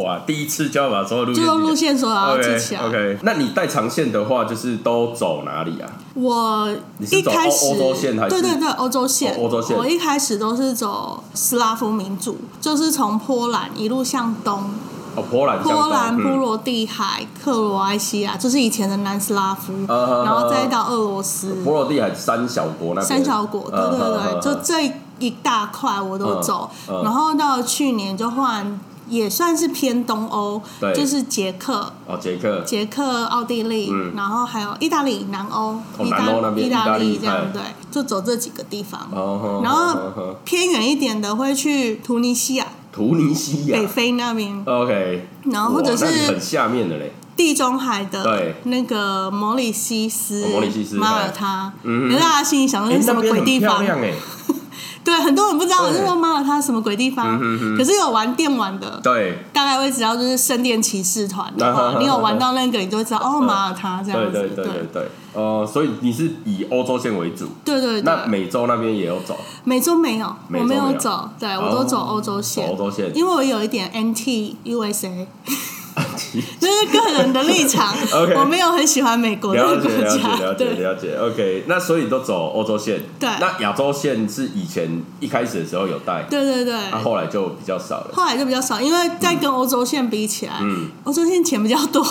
B: 哇，第一次就要把所有路
A: 就
B: 线
A: 是路线所有要记起来。
B: OK，那你带长线的话，就是都走哪里啊？
A: 我
B: 你是
A: 一
B: 走
A: 开始
B: 欧欧洲线还是
A: 对对对欧洲线，
B: 哦欧洲线
A: 我一开始都是走斯拉夫民族，就是从波兰一路向东，
B: 哦，波兰，
A: 波兰、
B: 嗯
A: 波罗的海、克罗埃西亚，就是以前的南斯拉夫，
B: 呃
A: 然后再到俄罗斯、
B: 波罗的海三小国那边
A: 三小国，对
B: 嗯
A: 对
B: 嗯
A: 对，
B: 嗯
A: 就
B: 嗯
A: 这一大块我都走
B: 嗯。嗯
A: 然后到去年就换，也算是偏东欧
B: 对，
A: 就是捷克、
B: 哦，捷克，
A: 捷克、奥地利，然后还有意大利、南欧、
B: 哦南欧那边
A: 意大
B: 意大利
A: 利这样
B: 哎
A: 对，就走这几个地方。
B: 哦，
A: 然
B: 哦哦
A: 后
B: 哦
A: 偏远一点的会去突尼西亚、
B: 图尼西亚
A: 北非那边，
B: ，OK，
A: 然后或者
B: 哇那你
A: 是
B: 很下面的嘞，
A: 地中海的
B: 对
A: 那个摩里西斯、
B: 哦摩里西斯
A: 马耳他，那大家心里想说
B: 哎
A: 是什
B: 那
A: 么
B: 边
A: 鬼
B: 很
A: 地
B: 漂
A: 方？
B: 亮哎，
A: 对，很多人不知道，
B: 对
A: 就说马耳他什么鬼地方。可是有玩电玩的，
B: 对
A: 大概会知道就是圣殿骑士团的话，
B: 啊
A: 你有玩到那个，你就会知道哦，马耳他这
B: 对
A: 样
B: 对
A: 子。
B: 对对对，哦，所以你是以欧洲线为主，
A: 对对
B: 那
A: 对，
B: 美洲那边也有走，
A: 美洲没有，
B: 美
A: 我
B: 洲
A: 没
B: 没
A: 有
B: 有哦
A: 走，对我都走欧洲线
B: 走欧，洲线，
A: 因为我有一点 NT USA。这是个人的立场
B: <laughs> OK
A: 我没有很喜欢美
B: <laughs>
A: 国这
B: 了
A: 个
B: 解
A: 国
B: 了解
A: 家。
B: 了解
A: 对，
B: 了解，OK，那所以都走欧洲线，
A: 对
B: 那亚洲线是以前一开始的时候有带，
A: 对对对，
B: 那、后来就比较少了。
A: 后来就比较少，因为再跟欧洲线比起来，
B: 嗯
A: 欧洲线钱比较
B: <laughs>
A: 多，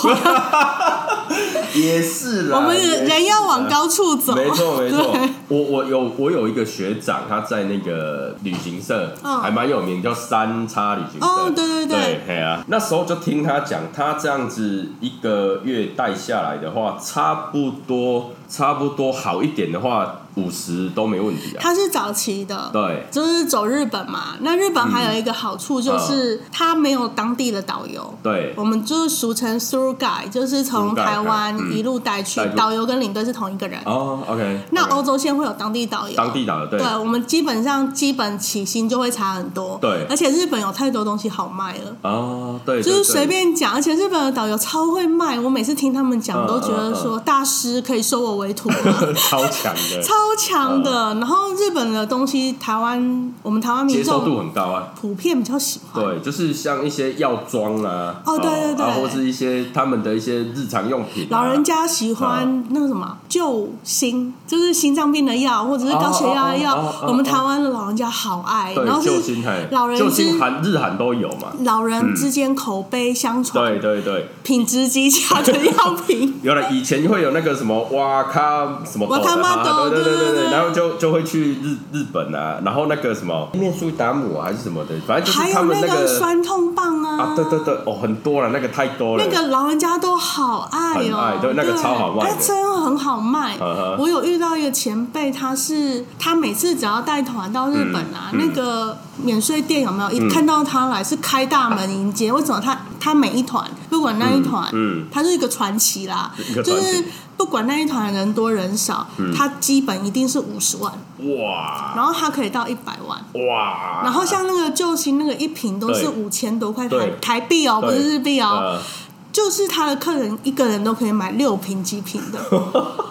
B: 也是啦
A: 我们人要往高处走，
B: 没错没错
A: 对，
B: 我我有我有一个学长，他在那个旅行社、
A: 嗯
B: 还蛮有名，叫三叉旅行社。
A: 哦对对对
B: 对，嘿啊，那时候就听他讲，他这样子一个月带下来的话，差不多差不多好一点的话，五十都没问题啊。
A: 它是早期的。
B: 对，嗯
A: 就是走日本嘛，那日本还有一个好处就是它没有当地的导游，
B: 对，
A: 我们就是俗称 through guide，就是从
B: through guide，
A: 台湾
B: 嗯
A: 一路带去
B: 带，入
A: 导游跟领队是同一个人。
B: 哦，OK，
A: 那
B: OK
A: 欧洲线会有当地导游，
B: 当地打的，对
A: 对，我们基本上基本起薪就会差很多。
B: 对
A: 而且日本有太多东西好卖了，
B: 哦，对，
A: 就是
B: 对
A: 随。
B: <laughs> 对
A: 便讲，而且日本的导游超会卖，我每次听他们讲
B: 嗯
A: 都觉得说大师可以收我为徒吗？
C: 超强的，
A: <laughs> 超强
B: 嗯
A: 的。然后日本的东西，台湾我们台湾民
C: 接受度
A: 众
C: 很高啊。
A: 普遍比较喜欢。
B: 对，就是像一些药妆啊，
A: 哦对对对
B: 啊，或是一些他们的一些日常用品啊、
A: 老人家喜欢那个什么救心，就是心脏病的药或者是高血压的药
B: 哦哦哦哦哦，
A: 我们台湾的老人家好爱。
B: 对
A: 然后
B: 救
A: 是
B: 心嘿，
A: 老人
C: 就
A: 之
C: 近韩日韩都有嘛。
A: 老人之间口碑相传，
B: 对对对，。
A: 品质极佳的药品
B: 原来以前会有那个什么哇咔什么狗的
A: 哇咔
B: 啊，
A: 嘛
B: 对
A: 狗
B: 对对
A: 对对
B: 对，
A: 对
B: 然后就就会去日日本啊，然后那个什么面苏达姆啊还是什么的，反正就
A: 还
B: 是他
A: 有
B: 们
A: 那个
B: 个
A: 酸痛棒啊，
B: 啊，对对对，哦，很多了，那个太多了，
A: 那个老人家都好爱
B: 很
A: 哦、
B: 爱对那个超好卖的
A: 它真的很好卖。
B: 嗯哼
A: 我有遇到一个前辈，他是他每次只要带团到日本啊，
B: 嗯嗯嗯
A: 那个免税店有没有一看到他来是开大门迎接？为什么他他每一团不管那一团，
B: 嗯嗯
A: 他是一个传奇啦
B: 一个，传
A: 就
B: 奇嗯
A: 是不管那一团人多人少，他基本一定是五十万，
B: 啊哇
A: 然后他可以到一百万。
B: 哇，
A: 然后像那个救星那个一瓶都是
B: 对
A: 五千多块台
B: 对
A: 台币哦，不是日币哦，
B: 呃
A: 就是他的客人一个人都可以买六瓶几瓶
B: <laughs>
A: 的，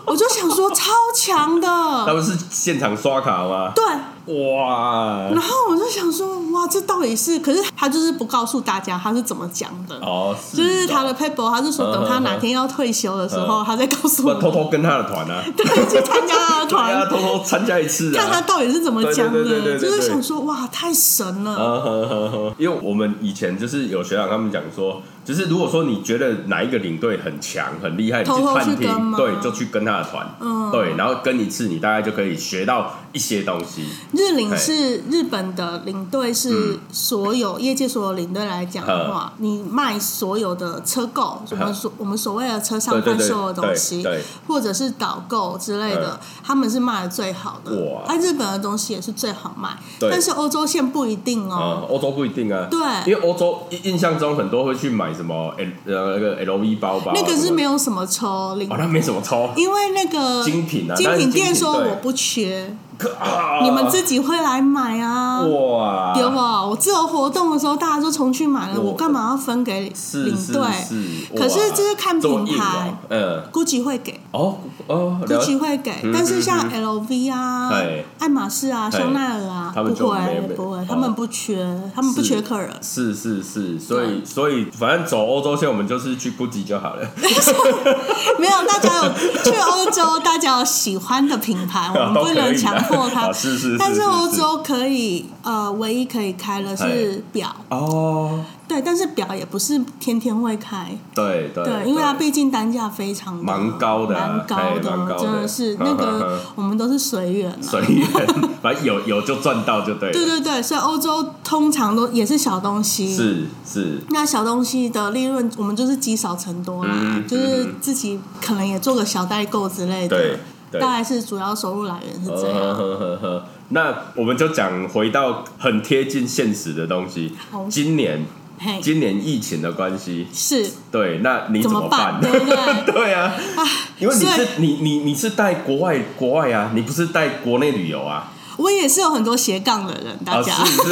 A: 我就想说超强
B: 他
A: 的，
B: 们是现场刷卡吗？
A: 对。
B: 哇，
A: 然后我就想说，哇，这到底是？可是他就是不告诉大家他是怎么讲的，
B: 哦，
A: 就是他
B: 哦
A: 的 paper，他是说等他哪天要退休的时
B: 嗯
A: 候，他再告诉
B: 不 <laughs>
A: 我
B: 然偷偷跟他的团啊，
A: 对去参加他的
B: <laughs> 对啊，
A: 团，
B: 偷偷参加一次
A: 看他
B: 啊。
A: 到底是怎么讲
B: 对对对对
A: 的，
B: 对
A: 就
B: 对
A: 是想说哇，太神了，
B: 啊呵呵呵因为我们以前就是有学长他们讲说，就是如果说你觉得哪一个领队很强、很厉害，你
A: 偷偷
B: 探
A: 去跟
B: 听，
A: 吗
B: 对，就去跟他的团，
A: 嗯
B: 对，然后跟一次，你大概就可以学到一些东西。
A: 日领
B: 嘿嗯
A: 是日本的领队，是所有、业界所有领队来讲的话，你卖所有的车购，我们所我们所谓的车上
B: 对对
A: 贩
B: 对
A: 售的东西，
B: 嗯对嗯
A: 或者是导购之类的，他们是卖的最好的
B: 哇。
A: 那、日本的东西也是最好卖，
B: 对
A: 但是欧洲线不一定
B: 啊
A: 哦。，
B: 欧洲不一定啊，因
A: 对，
B: 为欧洲印印象中很多会去买什么 L 呃那个 LV 包包啊什么的，
A: 那个是没有什么抽领
B: 哦，，那没什么抽，
A: 因为那个
B: 精品啊
A: 精
B: 但是
A: 品
B: 精
A: 店
B: 品
A: 说
B: 对
A: 我不缺，
B: 可啊
A: 你们自己会来买啊。
B: 哇，
A: 有哦我，我自由活动的时候，大家都重去买了，
B: 我
A: 我干嘛要分给
B: 是
A: 领
B: 是
A: 队？
B: 是，
A: 可是这是看
B: 这么
A: 品
B: 硬
A: 牌
B: 哦嗯，
A: ，GUCCI 会给
B: 哦哦，了
A: ，GUCCI 会给，但
B: 嗯
A: 是像 LV 啊
B: 哎、
A: 爱马仕啊、
B: 哎
A: 香奈儿啊，
B: 他们
A: 不
B: 就
A: 会
B: 没没
A: 不
B: 哦
A: 会，他们不缺，他们不
B: 是
A: 缺客人。 <laughs>
B: 是是是，所以所以反正走欧洲线，我们就是去 GUCCI
A: <laughs>
B: 就好了。
A: 没有，大家
B: <laughs>
A: 有去欧洲，大家有喜欢的品牌，我们
B: 都
A: 不
B: 可以
A: 能
B: 的
A: 强迫他。
B: 啊是是是
A: <laughs> 但是
B: 是
A: 欧
B: 是
A: 洲可以，呃，唯一可以开的是表，
B: 哦，
A: 对，但是表也不是天天会开。
B: 对呃对
A: 对，因为它毕竟单价非常的
B: 蛮高的啊
A: 蛮高
B: 嘿蛮高的
A: 真的是那
B: <laughs>
A: 个我们都是随缘
B: 随
A: 啊。
B: 缘， <laughs> 反正有有就赚到就对了。
A: 对对对，所以欧洲通常都也是小东西。。
B: 是是，
A: 那小东西的利润，我们就是积少成多啦，
B: 嗯
A: 就是自己可能也做个小代购之类的，
B: 对对。呃
A: 大概是主要收入来源是这
B: 呵
A: 样。
B: 呵呵呵，那我们就讲回到很贴近现实的东西
A: 好。
B: 今年
A: 嘿，
B: 今年疫情的关系，
A: 是
B: 对，那你
A: 怎
B: 么
A: 办？对不对？
B: <laughs> 对啊，因为你
A: 所以
B: 是你你你是带国外国外啊，你不是带国内旅游啊？
A: 我也是有很多斜杠的人，大
B: 啊，
A: 家。
B: 是 <laughs> 是。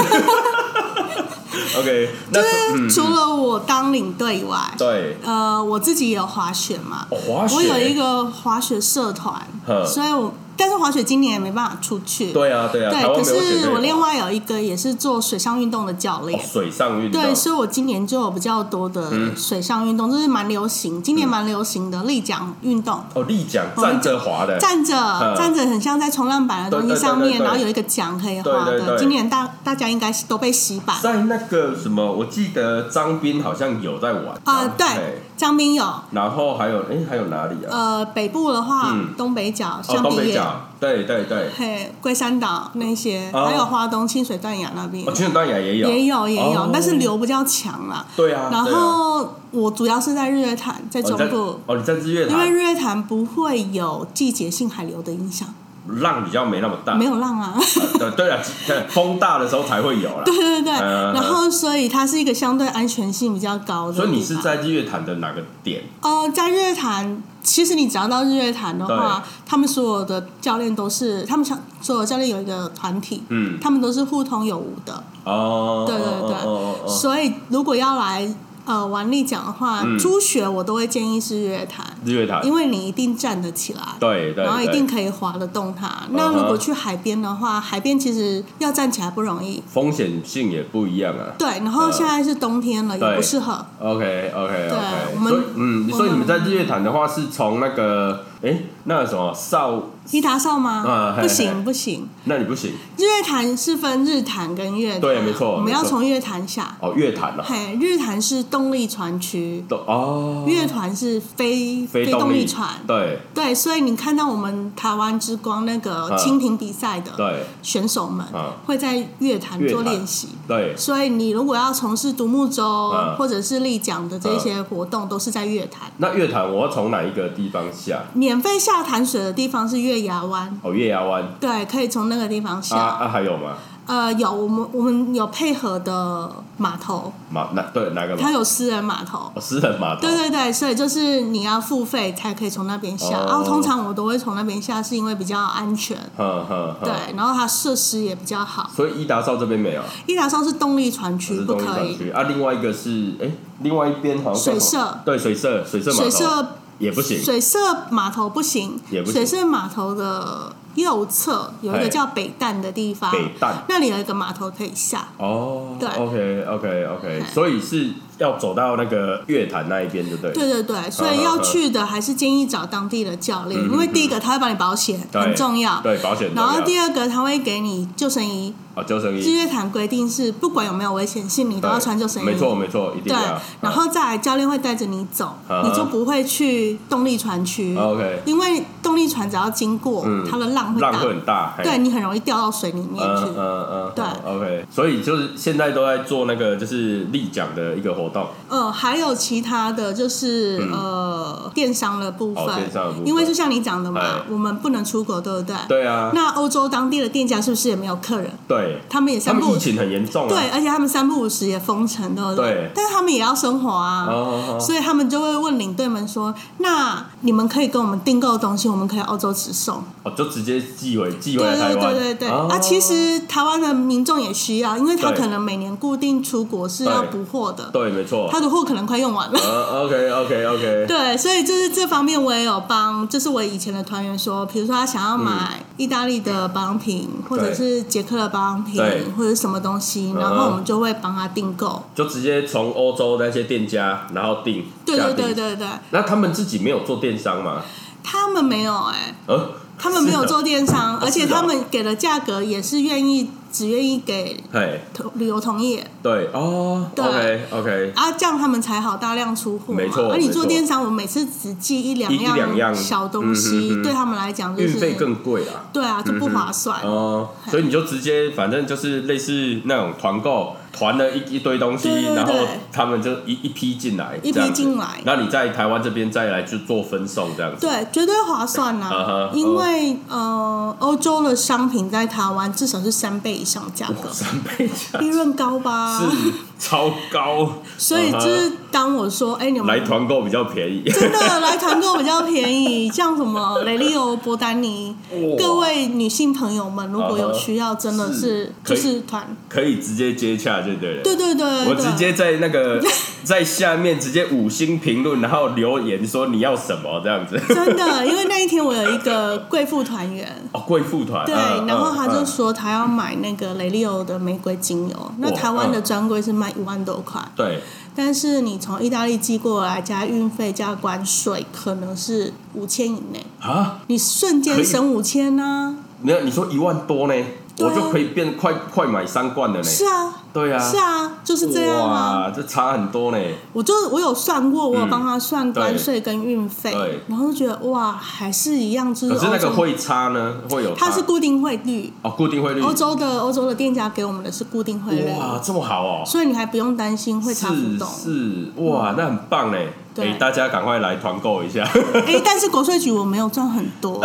B: OK，那
A: 就是
B: 嗯，
A: 除了我当领队以外，
B: 对，
A: 呃，我自己也有滑雪嘛，
B: 哦滑雪
A: 我有一个滑雪社团
B: 呵，
A: 所以我但是滑雪今年也没办法出去。
B: 对啊，对啊，台
A: 对，
B: 湾
A: 可
B: 没有雪
A: 是
B: 队
A: 我另外有一个也是做水上运动的教
B: 哦嗯
A: 练。
B: 水上运动，
A: 对，所以我今年就有比较多的水上运动，这是蛮流行，
B: 嗯
A: 今年蛮流行的立桨运动，
B: 哦，立桨站着滑的，
A: 站着
B: 嗯
A: 站着很像在冲浪板的东
B: 对
A: 西
B: 对对
A: 上
B: 对
A: 面，
B: 对
A: 然后有一个桨可以滑
B: 对对对
A: 的。今年大大家应该都被洗版
B: 在那个什么，我记得张斌好像有在玩
A: 啊，
B: 哎
A: 对，张斌有，
B: 然后还有哎，还有哪里啊？
A: 呃，北部的话，
B: 嗯
A: 东北角、
B: 哦，
A: 像
B: 东
A: 比
B: 北
A: 耶、
B: 角，对对对，
A: 嘿、龟山岛那些，
B: 哦
A: 还有花东清水断崖那边、
B: 哦，青岛断崖也有，
A: 也有也有，
B: 哦
A: 但是流比较强啦。
B: 对啊，
A: 然
B: 对啊
A: 后我主要是在日月潭，在中
B: 哦你在
A: 部，
B: 哦，你在日月
A: 因为
B: 潭
A: 日月潭不会有季节性海流的影响，
B: 浪比较没那么大，
A: 没有浪啊。
B: <laughs> 对对啊，对风大的时候才会有
A: <laughs>
B: 啦。
A: 对对对，
B: 嗯
A: 然后所以它是一个相对安全性比较高的地
B: 所
A: 方。
B: 以你是在日月潭的哪个点？
A: 呃，在日月潭，其实你只要到日月潭的话，他们所有的教练都是，他们想所有教练有一个团体，
B: 嗯，
A: 他们都是互通有无的，
B: 哦，
A: 对对对
B: 哦哦哦哦
A: 所以如果要来呃玩力讲的话，
B: 嗯
A: 初学我都会建议是日月潭，
B: 日月潭，
A: 因为你一定站得起来，
B: 啊对对，
A: 然后一
B: 对嗯
A: 定可以划得动它。那如果去海边的话，海边其实要站起来不容易。
B: 风险性也不一样啊。
A: 对，然后
B: 嗯
A: 现在是冬天了，也
B: 对
A: 不适合。
B: OK OK
A: 对我
B: OK，
A: 们
B: 所以嗯，
A: 我
B: 所以你
A: 们
B: 们在日月潭的话是从那个哎那个什么少，
A: 皮达少吗
B: 嗯？嘿
A: 不
B: 嘿嘿
A: 行不行，
B: 那你不行
A: 日月潭是分日潭跟月潭，
B: 对没错
A: 我们
B: 没
A: 要
B: 错
A: 从月潭下。
B: 哦，月潭啊，
A: 嘿，日潭是动力船区，
B: 都哦，
A: 乐团是非
B: 非
A: 动
B: 动力
A: 船，
B: 对
A: 对，所以你看到我们台湾之光那个
B: 嗯
A: 蜻蜓比赛的
B: 对
A: 选手们
B: 嗯
A: 会在乐坛
B: 乐
A: 做
B: 坛
A: 练习，
B: 对
A: 所以你如果要从事独木舟
B: 嗯
A: 或者是立桨的这些活动，都是在乐坛。
B: 那乐坛我要从哪一个地方下？
A: 免费下潭水的地方是月牙湾，
B: 哦，月牙湾
A: 对，可以从那个地方
B: 啊
A: 下。
B: 啊，还有吗？
A: 呃，有我们我们有配合的码头，
B: 码哪对哪个码
A: 它？有私人码头。
B: 哦私人码头
A: 对。对对，所以就是你要付费才可以从那边下，
B: 哦
A: 然后通常我都会从那边下，是因为比较安全，
B: <laughs> 哼哼哼
A: 对，然后它设施也比较好。
B: 所以伊达邵这边没有，
A: 伊达上是动力船
B: 只
A: 区，
B: 是
A: 不
B: 东立
A: 可
B: 港
A: 以。
B: 区啊。另外一个是哎，另外一边好像
A: 水
B: 叫什么
A: 社
B: 对水社水社码
A: 水
B: 头
A: 色
B: 也不行，
A: 水色码头不行
B: 也，不行
A: 水色码头的右侧有一
B: 哎
A: 个叫北淡的地方，
B: 北淡
A: 那里有一个码头可以下。
B: 哦，
A: 对
B: ，OK OK OK，
A: 嗯
B: 所以是要走到那个乐坛那一边，对不对？嗯
A: 对对对，所以要去的还是建议找当地的教练，因为第一个他会帮你保险，
B: 嗯对
A: 很重要。
B: 对，保险。
A: 然后第
B: 二
A: 二个他会给你救生衣，
B: 哦，救生
A: 日
B: 衣，
A: 月潭规定是不管有没有危险性，你都要穿救生衣。
B: 没错没错，一定
A: 对
B: 要。嗯，
A: 然后再来教练会带着你走，
B: 嗯
A: 你就不会去动力船区，
B: 哦 OK，
A: 因为动力船只要经过，
B: 嗯
A: 它的浪会
B: 浪
A: 大
B: 会，很大，嘿
A: 对你很容易掉到水里面去。
B: 嗯嗯嗯，
A: 对
B: ，OK，所以就是现在都在做那个就是立奖的一个活动，
A: 呃，还有其他的就是、呃电商的部分，
B: 嗯哦电商的部分
A: 因为就像你讲的嘛
B: 哎，
A: 我们不能出国，对不对？
B: 对啊，
A: 那欧洲当地的店家是不是也没有客人？
B: 对，
A: 他们也
B: 他
A: 三
B: 们
A: 不五
B: 疫
A: 时
B: 情很严重啊，
A: 对，而且他们三不五时也封城，对不对？
B: 对
A: 但是他们也要生活啊，
B: 哦，哦，哦
A: 所以他们就会问领队们说：“那你们可以跟我们订购的东西，我们可以欧洲直送。
B: 哦，就直接寄回”寄
A: 对
B: 回来
A: 对
B: 台湾，
A: 对对对。
B: 哦
A: 啊，其实台湾的民众也需要，因为他
B: 对
A: 可能每年固定出国是要补货的，
B: 对，没错，
A: 他的货可能快用完了。
B: 呃，OK OK OK，
A: 对，所以就是这方面我也有帮，就是我以前的团员说，比如说他想要
B: 嗯
A: 买意大利的保养品，或者是捷克的保养品
B: 对，嗯
A: 或者什么东西，然后我们就会帮他订购。
B: 就直接从欧洲那些店家然后订，
A: 对
B: 下
A: 对
B: 订
A: 对，对对，
B: 那他们自己没有做电商吗？
A: 他们没有哎、
B: 呃，
A: 他们没有做电商，
B: 是的
A: 而且他们给的价格也是愿意只愿意给
B: 是的， <laughs> 嘿，
A: 同旅游同业
B: 对哦
A: 对
B: ，OK OK，
A: 啊，这样他们才好大量出货嘛。
B: 没错
A: 而你
B: 没错
A: 做电商，我每次只寄一两
B: 一一两样
A: 小东
B: 嗯
A: 西，
B: 哼嗯哼
A: 对他们来讲就
B: 运
A: 是
B: 费更贵啦。
A: 对啊，就不划算。
B: 哦，所以你就直接反正就是类似那种团购，团了一一堆东西，
A: 对对对
B: 然后他们就一一批进来，
A: 一批
B: 这样子
A: 进来
B: 那你在台湾这边再来去做分送这样子。
A: 对，绝对划算呐、
B: 啊哈
A: 因为呃，欧洲的商品在台湾至少是三倍以上价格，
B: 三倍价
A: 利润高吧？
B: <laughs> 是超高，啊
A: 所以就是当我说，哎、你们
B: 来团购比较便宜。
A: 真的来团购比较便宜，像什
B: <laughs>
A: 么雷利欧、博丹尼
B: 哇，
A: 各位女性朋友们，如果有需要，真的
B: 是
A: 是
B: 可
A: 就
B: 以
A: 是团，
B: 可以直接接洽就对了。
A: 对对对对
B: 我
A: 对
B: 直接在那个在下面直接五星评论，然后留言说你要什么这样
A: <laughs>
B: 子。
A: <laughs> 真的，因为那一天我有一个贵妇团
B: <laughs>
A: 员。
B: 哦，贵妇团。
A: 对，
B: 嗯
A: 然后他就
B: 嗯
A: 说他要买那个雷利欧的玫瑰精油，那
B: 哇
A: 台湾的
B: 嗯
A: 专柜是卖一万多块，
B: 对，
A: 但是你从意大利寄过来加运费加关税，可能是五千以内，
B: 啊，
A: 你瞬
B: 可
A: 间
B: 以
A: 省五千啊呢。
B: 没有你说一万多呢，
A: 对啊
B: 我就可以变快快买三罐了呢。
A: 是啊，
B: 对啊，
A: 是啊，就是这样啊。
B: 哇，这差很多呢。
A: 我就我有算过，我有帮他算关税跟运费
B: 嗯对，
A: 然后就觉得哇，还是一样，就
B: 可是那个
A: 欧洲
B: 汇差呢，会有差
A: 它是固定汇率，
B: 哦固定汇率。
A: 欧洲的欧洲的店家给我们的是固定汇率，
B: 哇，这么好哦。
A: 所以你还不用担心会
B: 是
A: 差浮动。嗯
B: 是哇，那很棒呢。
A: 对
B: 哎，大家赶快来团购一
A: <laughs>
B: 下。
A: 哎、但
B: <laughs>
A: 是国税局我没有赚很多，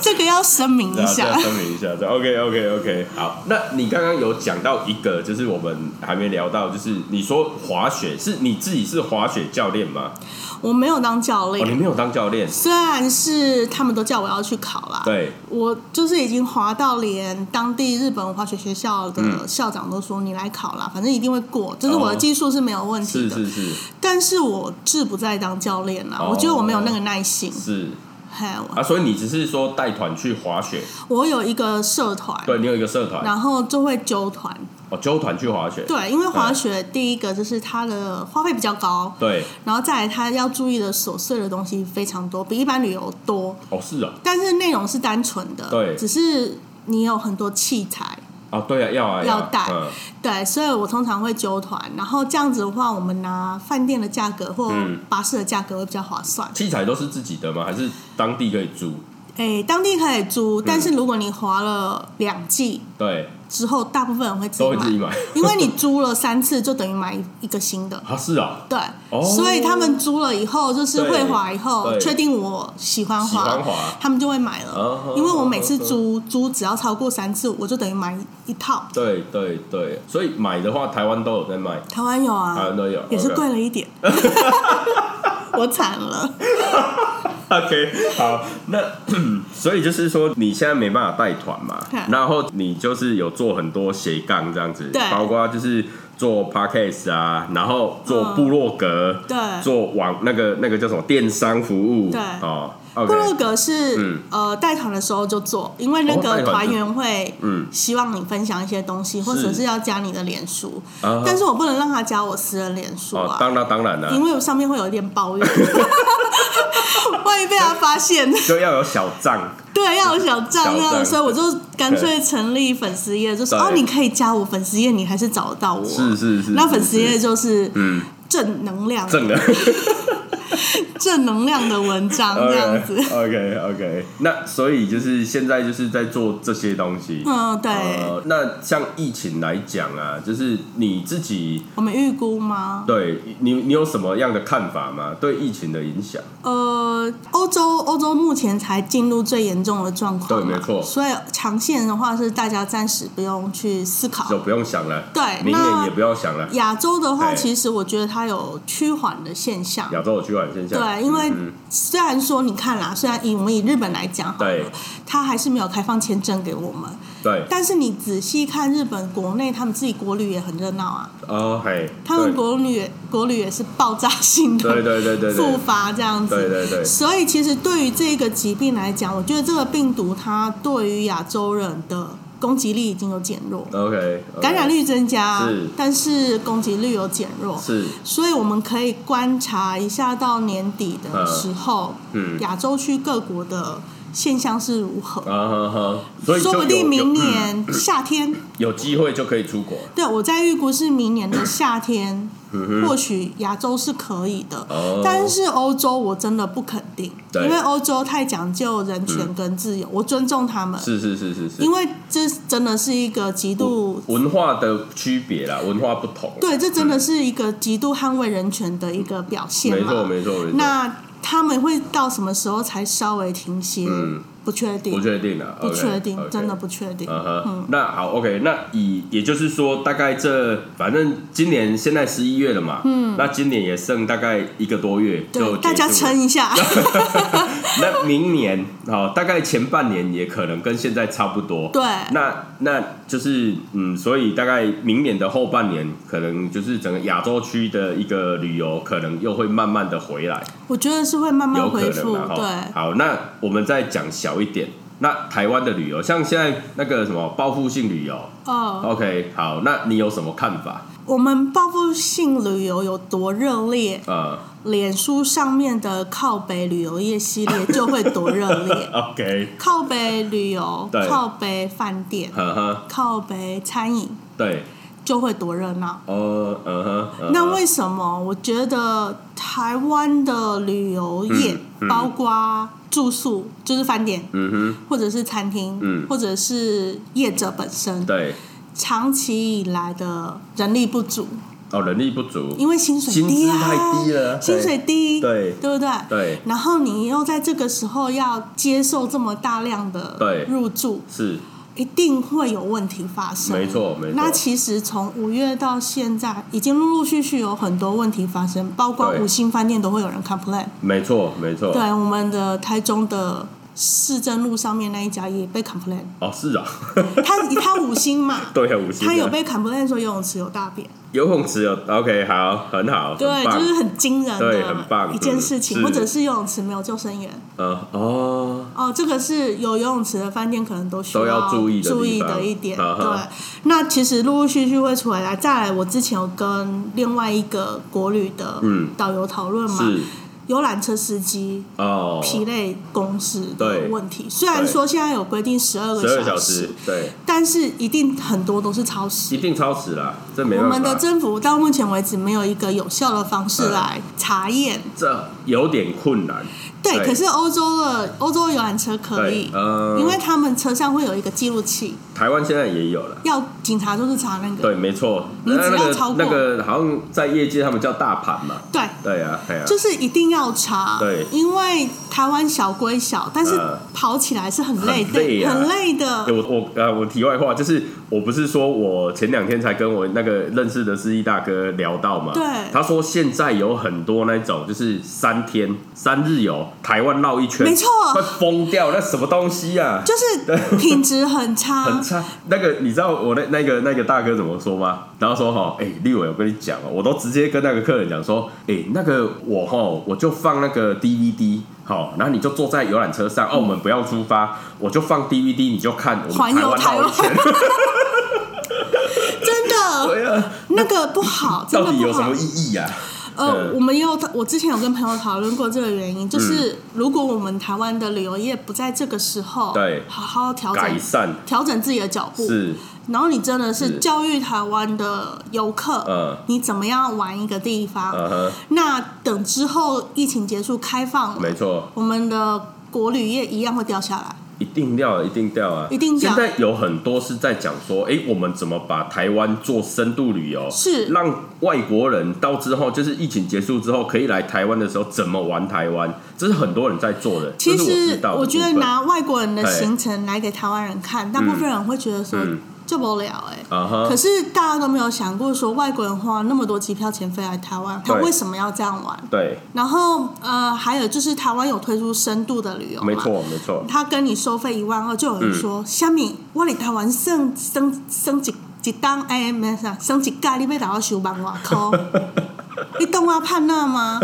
A: 这个要声明一
B: 对啊 <laughs> 这
A: 下
B: 要。声明一下，这 OK OK OK。好，那你刚刚有讲到一个，就是我们还没聊到，就是你说滑雪是你自己是滑雪教练吗？
A: 我没有当教
B: 哦，你
A: 练，
B: 没有当教练，
A: 虽然是他们都叫我要去考啦，
B: 对，
A: 我就是已经滑到连当地日本滑雪学校
B: 嗯
A: 的校长都说你来考啦，反正一定会过，就是我的技术是没有问题
B: 哦是
A: 的。
B: 是是
A: 但是我志不在当教练啦，
B: 哦
A: 我觉得我没有那个耐心。
B: 是
A: 嘿，我
B: 啊，所以你只是说带团去滑雪，
A: 我有一个社团，
B: 对你有一个社团
A: 然后就会揪团。
B: 哦，纠团去滑雪，
A: 对，因为滑雪第一个就是它的花费比较高，
B: 对，
A: 然后再来它要注意的琐碎的东西非常多，比一般旅游多。
B: 哦是啊，
A: 但是内容是单纯的，
B: 对
A: 只是你有很多器材，
B: 啊对啊，要啊
A: 要
B: 啊
A: 带
B: 嗯
A: 对，所以我通常会揪团，然后这样子的话，我们拿饭店的价格或
B: 嗯
A: 巴士的价格会比较划算。
B: 器材都是自己的吗？还是当地可以租？
A: 诶、当地可以租，
B: 嗯
A: 但是如果你划了两季
B: 对，
A: 之后，大部分人会自己
B: 都会
A: 买，
B: 自己买 <laughs>
A: 因为你租了三次，就等于买一个新的。
B: 啊是啊，
A: 对，
B: 哦
A: 所以他们租了以后，就是会滑以后，
B: 对
A: 确定我喜欢
B: 喜
A: 滑，
B: 欢滑
A: 他们就会买了。
B: 哦
A: 因为我每次租租只要超过三次，我就等于买一套。
B: 对对对，所以买的话台湾都有在卖。
A: 台湾有啊，
B: 台湾都有
A: 也是
B: OK
A: 贵了一点， <laughs> 我惨了。
B: <laughs> OK，好，那 <clears throat> 所以就是说，你现在没办法带团嘛
A: 嗯，
B: 然后你就是有做很多斜杠这样子，
A: 对
B: 包括就是做 podcast 啊，然后做部落格，
A: 嗯对
B: 做网那个那个叫什么电商服务，
A: 对
B: 哦，OK，
A: 部落格是、
B: 嗯
A: 呃带团的时候就做，因为那
B: 哦带
A: 个
B: 团
A: 团员会
B: 嗯
A: 希望你分享一些东西，或者是要加你的脸书，
B: 啊
A: 但是我不能让他加我私人脸书
B: 哦
A: 啊，，
B: 当然当然
A: 因
B: 了，
A: 为我上面会有一点抱
B: <laughs>
A: 怨，万一被他发现，
B: 就要有小账，啊
A: 对，要有小账
B: 小
A: 啊，
B: 账
A: 所以我就干脆成立粉丝页，就说
B: 对
A: 哦，你可以加我粉丝页，你还是找得到我，
B: 是是是
A: 那
B: 是
A: 粉丝 <laughs> 页
B: 是
A: 就是
B: 嗯，
A: 正能量、
B: 正的。
A: 正能量的文章哦这样
B: <laughs>
A: 子。
B: OK OK，那所以就是现在就是在做这些东西。
A: 嗯，对，
B: 呃，那像疫情来讲啊，就是你自己
A: 我们预估吗？
B: 对你你有什么样的看法吗？对疫情的影响？
A: 呃，欧洲欧洲目前才进入最严重的状况嘛，
B: 对没错
A: 所以长线的话是大家暂时不用去思考
B: 就。不用想了，
A: 对
B: 明
A: 那
B: 年也不要想了。
A: 亚洲的话，
B: 对
A: 其实我觉得它有趋缓的现象。
B: 亚洲有趋缓现象，
A: 对，因为
B: 嗯
A: 虽然说你看啦，虽然以我们以日本来讲，
B: 对，
A: 它还是没有开放签证给我们，
B: 对，
A: 但是你仔细看日本国内，他们自己国旅也很热闹啊，
B: 哦嘿，
A: 他们
B: 对
A: 国旅也国旅也是爆炸性的，
B: 对对对对
A: 复
B: 对
A: 发这样子。
B: 对对对
A: 所以其实对于这个疾病来讲，我觉得这个病毒它对于亚洲人的攻击力已经有减弱，
B: ，OK，
A: 感染率增加
B: 是，
A: 但是攻击率有减弱。
B: 哦是
A: 所以我们可以观察一下到年底的时候，
B: 嗯
A: 亚洲区各国的现象是如何。
B: 啊哈哈，所以就
A: 说不定
B: 有嗯
A: 明
B: 有
A: 年夏天，
B: 有机会就可以出国了。
A: 对我在预估是明年的夏天，或许亚洲是可以的，
B: 嗯哦
A: 但是欧洲我真的不肯定，
B: 对嗯
A: 因为欧洲太讲究人权跟自由，我尊重他们，
B: 是是是是是
A: 因，为这真的是一个极度。
B: 文化的区别啦，文化不同。
A: 对，这真的是一个极度捍卫人权的一个表现
B: 没
A: 嘛。
B: 错没错没错。
A: 那他们会到什么时候才稍微停歇？
B: 嗯
A: 不确定，
B: 不确定啊，
A: 不确定
B: OK，OK
A: 真的不确定。
B: 嗯哼，那好，OK，那以也就是说，大概这反正今年现在十一月了嘛，嗯，那今年也剩大概一个多月就结束
A: 对，
B: 了
A: 大家撑。一下。
B: <laughs>
A: <laughs>
B: 那明年好，大概前半年也可能跟现在差不多。
A: 对
B: 那那就是嗯，所以大概明年的后半年，可能就是整个亚洲区的一个旅游，可能又会慢慢的回来。
A: 我觉得是会慢慢
B: 有可
A: 恢
B: 能
A: 复。
B: 啦哈。
A: 对，
B: 好，那我们再讲小一点。那台湾的旅游，像现在那个什么报复性旅游、
A: 哦，
B: o k 好，那你有什么看法？
A: 我们报复性旅游有多热烈， <laughs>
B: 呃
A: 脸书上面的靠北旅游业系列就会多热
B: <laughs>
A: 烈。
B: ，OK，
A: 靠北旅游
B: 对、
A: 靠北饭店、
B: 呵呵，
A: 靠北餐饮
B: 对，
A: 就会多热闹。
B: 哦，嗯哼，嗯哼
A: 那为什么？我觉得台湾的旅游业，包括住宿，就是饭店，
B: 嗯
A: 或者是餐厅，
B: 嗯
A: 或者是业者本身
B: 哼，，对，
A: 长期以来的人力不足，
B: 哦，人力不足，
A: 因为薪水
B: 薪
A: 低
B: 资
A: 啊，
B: 太低了，
A: 薪水低，
B: 对
A: 对不对？
B: 对
A: 然后你又在这个时候要接受这么大量的
B: 对
A: 入住，
B: 是
A: 一定会有问题发生。
B: 没错没错
A: 那其实从五月到现在，已经陆陆续续有很多问题发生，包括
B: 对
A: 五星饭店都会有人 complain。
B: 没错没错，
A: 对，我们的台中的市政路上面那一家也被 complain，
B: 哦是啊，。
A: 他他五星嘛
B: <laughs> 对啊，五星
A: 他有
B: 的
A: 被 complain 说游泳池有大便，
B: 游泳池有 OK 好，很好，
A: 对
B: 很，棒
A: 就是很惊人
B: 对很
A: 的
B: 棒
A: 一件事情，
B: 嗯是
A: 或者是游泳池没有救生员，
B: 呃哦
A: 哦，这个是有游泳池的饭店可能都需
B: 都要注
A: 注
B: 意的地方
A: 的一点。
B: 啊哈
A: 对，那其实陆陆续续会出来。再来，我之前有跟另外一个国旅的
B: 嗯
A: 导游讨论嘛，
B: 是
A: 游览车司机
B: 哦，
A: 疲累公司的
B: 对
A: 问题，虽然说现在有规定十二
B: 十
A: 个
B: 二小时，哦对，
A: 但是一定很多都是超时
B: 一。定超时啦，这没
A: 我
B: 办法。
A: 们的政府到目前为止没有一个有效的方式
B: 嗯
A: 来查验。
B: 这有点困难，
A: 对，
B: 对
A: 可是欧洲的欧洲游览车可以
B: 对，，呃，
A: 因为他们车上会有一个记录器。
B: 台湾现在也有了。
A: 要警察就是查那个，
B: 对，没错，
A: 你
B: 那
A: 只
B: 那
A: 要
B: 个
A: 超过
B: 那个好像在业界他们叫大盘嘛，
A: 对，
B: 对啊，对啊，
A: 就是一定要查，
B: 对
A: 因为台湾小归小，但是
B: 呃
A: 跑起来是很累的，
B: 很累啊
A: 很累
B: 欸
A: 的。
B: 我我呃，我题外话就是，我不是说我前两天才跟我那个认识的司机大哥聊到嘛，
A: 对
B: 他说现在有很多那种就是三天三日游，台湾绕一圈，
A: 没错
B: 会疯掉，那什么东西啊？
A: 就是品质很差，
B: 很差，那个你知道我那那个那个大哥怎么说吗？然后说哈，哎、立伟，我跟你讲哦，我都直接跟那个客人讲说，哎、那个我哈，我就放那个 DVD，好，然后你就坐在游览车
A: 嗯
B: 上，哦，我们不要出发，我就放 DVD，你就看我
A: 环
B: 们台
A: 游
B: 湾
A: 台
B: 绕
A: 湾 <laughs>
B: 一圈，
A: 真的
B: 对啊，
A: 那个不好，真
B: 到
A: 的
B: 底有
A: 不
B: 什
A: 好
B: 么。意义啊？
A: 呃，
B: 嗯
A: 我们也有，我之前有跟朋友讨论过这个原因，就是如果我们台湾的旅游业不在这个时候，
B: 对
A: 好好调
B: 改
A: 整
B: 善
A: 调整自己的脚步，
B: 是
A: 然后你真的是
B: 是
A: 教育台湾的游客，
B: 嗯
A: 你怎么样玩一个地方？
B: 嗯哼
A: 那等之后疫情结束开放了，
B: 没错，
A: 我们的国旅业一样会掉下来。
B: 一定掉啊，一定掉啊，
A: 一定掉
B: 现在有很多是在讲说，哎、我们怎么把台湾做深度旅游，
A: 是
B: 让外国人到之后，就是疫情结束之后，可以来台湾的时候怎么玩台湾，这是很多人在做的。
A: 其
B: 这是我
A: 实
B: 知道的
A: 我觉得
B: 部分
A: 拿外国人的
B: 对
A: 行程来给台湾人看，大部分人会觉得说
B: 嗯
A: 就无聊哎、
B: 啊哈
A: 可是大家都没有想过说外国人花那么多机票钱飞来台湾，他
B: 对
A: 为什么要这样玩？
B: 对，
A: 然后呃，还有就是台湾有推出深度的旅游嘛，
B: 没错嗯没错，
A: 他跟你收费一万二，就有人说：“虾、米，我嚟台湾升升升一一档，哎，没啥，升一届，你要打我收万外箍，
B: <laughs>
A: 你懂我判那吗？”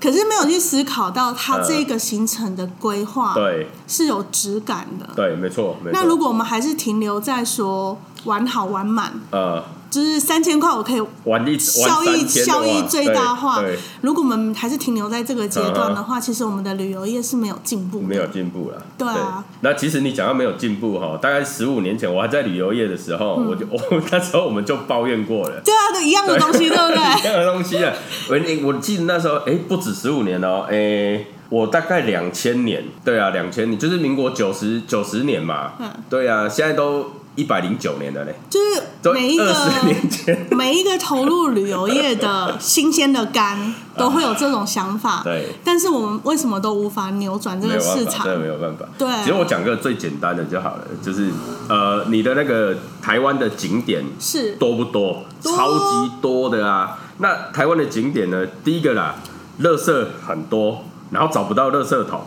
A: 可是没有去思考到他这个行程的规划
B: 嗯对
A: 是有质感的。
B: 对，没错没错。
A: 那如果我们还是停留在说玩好玩满，
B: 呃
A: 就是三千块我可以
B: 玩一
A: 效
B: 玩
A: 益
B: 三天的
A: 效
B: 话
A: 益最大化
B: 对，
A: 如果我们还是停留在这个阶段的话，其实我们的旅游业是没有进步的。
B: 对没有进步了。
A: 对啊
B: 那其实你讲到没有进步哈，大概十五年前我还在旅游业的时
A: 嗯
B: 候，我就 <laughs> 我那时候我们就抱怨
A: <laughs>
B: 过了。
A: 对啊，都一样的东西，对不对
B: 一？样的东西啊。我我记得那时候，哎、不止十五年哦、哎、我大概两千年，对啊，两千年就是民国九十九十年嘛，
A: 嗯
B: 对啊，现在都一百零九年了嘞，
A: 就是
B: 都
A: 每一
B: 二十年
A: 个
B: 前，
A: 每一个投入旅游业的新鲜的肝都会有这种想法，
B: 对
A: 但是我们为什么都无法扭转这
B: 没
A: 个
B: 有办
A: 市
B: 法，
A: 场？
B: 真的没有办法。
A: 对
B: 其实我讲个最简单的就好了，就是呃，你的那个台湾的景点
A: 是
B: 多不多？
A: 多
B: 超级多的啊！那台湾的景点呢？第一个啦，垃圾很多，然后找不到垃圾桶，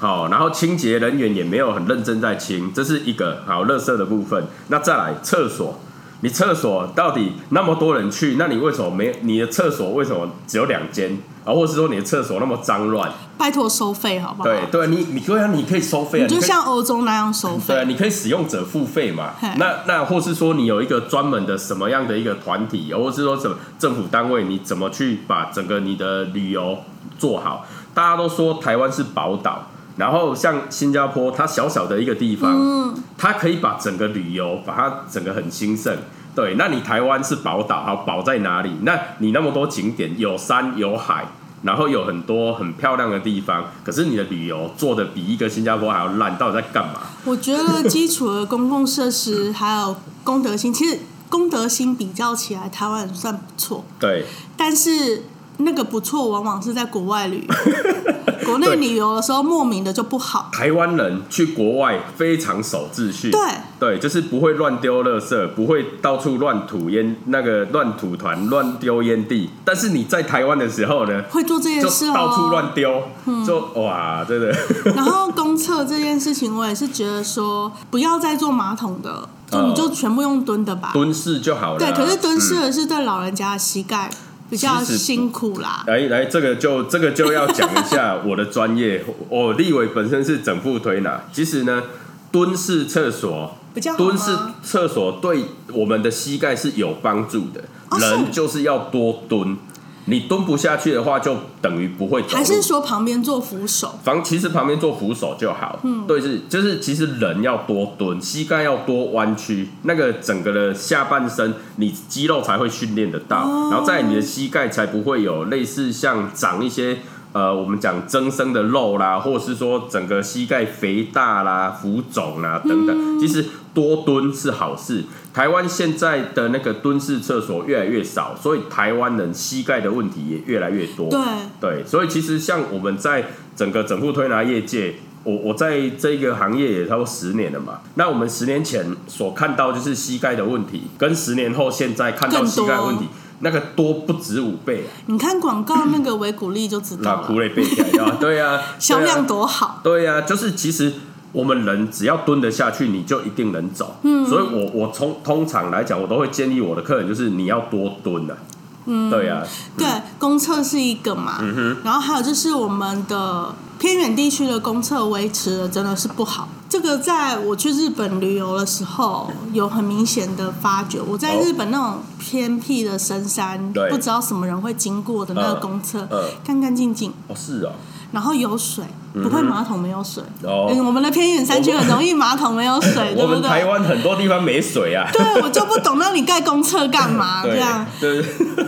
B: 好，然后清洁人员也没有很认真在清，这是一个好垃圾的部分。那再来厕所，你厕所到底那么多人去，那你为什么没你的厕所为什么只有两间啊？或者是说你的厕所那么脏乱？
A: 拜托收费好不好？
B: 对对，你你对啊，你可以收费啊，
A: 你就
B: 可以
A: 像欧洲那样收
B: 对啊，
A: 费，
B: 你可以使用者付费嘛
A: 嘿。
B: 那那或是说你有一个专门的什么样的一个团体，或是说什么政府单位，你怎么去把整个你的旅游做好？大家都说台湾是宝岛，然后像新加坡，它小小的一个地方，它可以把整个旅游把它整个很兴盛。对，那你台湾是宝岛，好宝在哪里？那你那么多景点，有山有海，然后有很多很漂亮的地方，可是你的旅游做的比一个新加坡还要烂，到底在干嘛？
A: 我觉得基础的公共设施还有公德心，其实。公德心比较起来，台湾人算不错，
B: 对，
A: 但是那个不错往往是在国外旅游，
B: <laughs>
A: 国内旅游的时候莫名的就不好。
B: 台湾人去国外非常守秩序，
A: 对
B: 对，就是不会乱丢垃圾，不会到处乱吐烟，那个乱吐团、乱丢烟蒂。但是你在台湾的时候呢，
A: 会做这件
B: 就
A: 事哦，嗯
B: 到处乱丢，就哇，
A: <laughs>
B: 真的
A: 然后公厕这件事情，我也是觉得说，不要再做马桶的，就
B: 嗯
A: 你就全部用蹲的吧。
B: 蹲式就好了啊。
A: 对，可是蹲式
B: 嗯。
A: 的是对老人家的膝盖比较辛苦啦。
B: 来来，这个就这个就要讲一下我的专业。我立伟本身是整副推拿，其实呢，蹲式厕所
A: 比较好吗
B: 蹲式厕所对我们的膝盖是有帮助的。
A: 哦是
B: 人就是要多蹲，你蹲不下去的话，就等于不会走路。
A: 还是说旁边做扶手？
B: 房其实旁边做扶手就好。嗯，对，是就是其实人要多蹲，膝盖要多弯曲，那个整个的下半身你肌肉才会训练得到，然后在你的膝盖才不会有类似像长一些。呃，我们讲增生的肉啦，或者是说整个膝盖肥大啦、浮肿啦等等，其实多蹲是好事。台湾现在的那个蹲式厕所越来越少，所以台湾人膝盖的问题也越来越多。
A: 对，
B: 对，所以其实像我们在整个整副推拿业界，我我在这个行业也差不多十年了嘛。那我们十年前所看到就是膝盖的问题，跟十年后现在看到
A: 更
B: 膝
A: 多
B: 盖的问题，那个多不止五倍啊！
A: 你看广告那个维骨力就知
B: 那
A: 道
B: 苦
A: 了，
B: 累被改
A: <laughs>
B: 啊，对啊，
A: 销
B: 对啊
A: 量多好。
B: 对呀、就是其实我们人只要蹲得下去，你就一定能走。嗯，所以我我从通常来讲，我都会建议我的客人就是你要多蹲啊。嗯，对呀、
A: 对，公厕是一个嘛，然后还有就是我们的偏远地区的公厕维持的真的是不好。这个在我去日本旅游的时候有很明显的发觉。我在
B: 哦
A: 日本那种偏僻的深山，
B: 对
A: 不知道什么人会经过的那个
B: 嗯
A: 公厕，
B: 嗯
A: 干干净净，
B: 哦是哦，
A: 然后有水，不会马桶没有水。
B: 嗯哦嗯
A: 嗯我们的偏远山区很容易马桶没有水，对
B: 我
A: 不
B: 们台
A: 对？
B: 湾很多地方没水啊。
A: 对，我就不懂，那你盖公厕干嘛？这
B: <laughs> 对
A: 样，
B: 对， <laughs>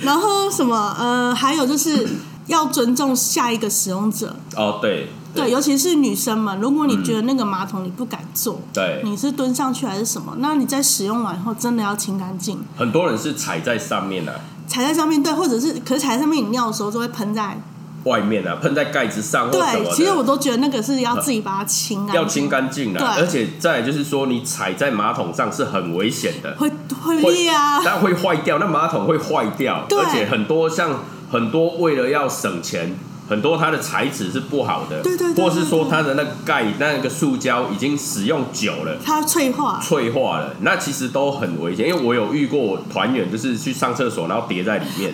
A: 然后什么呃，还有就是要尊重下一个使用者，
B: 哦对
A: 对，尤其是女生们，如果你觉得那个马桶你不敢坐，
B: 对，
A: 你是蹲上去还是什么，那你在使用完以后真的要清干净，
B: 很多人是踩在上面啊，
A: 踩在上面对，或者是可是踩在上面你尿的时候就会喷在，
B: 外面啊，喷在盖子上或什么
A: 对，
B: 的
A: 其实我都觉得那个是要自己把它清干
B: 要
A: 净，
B: 清干净啊，
A: 对
B: 而且再来就是说，你踩在马桶上是很危险的，
A: 会会裂啊，
B: 但会坏掉，那马桶会坏掉，
A: 对
B: 而且很多像很多为了要省钱。很多它的材质是不好的，
A: 对对对
B: 或是
A: 对
B: 说
A: 对
B: 它的那个盖那个塑胶已经使用久了，
A: 它脆
B: <laughs>
A: 化，
B: 脆化了，那其实都很危险。因为我有遇过团员，就是去上厕所，然后叠在里面，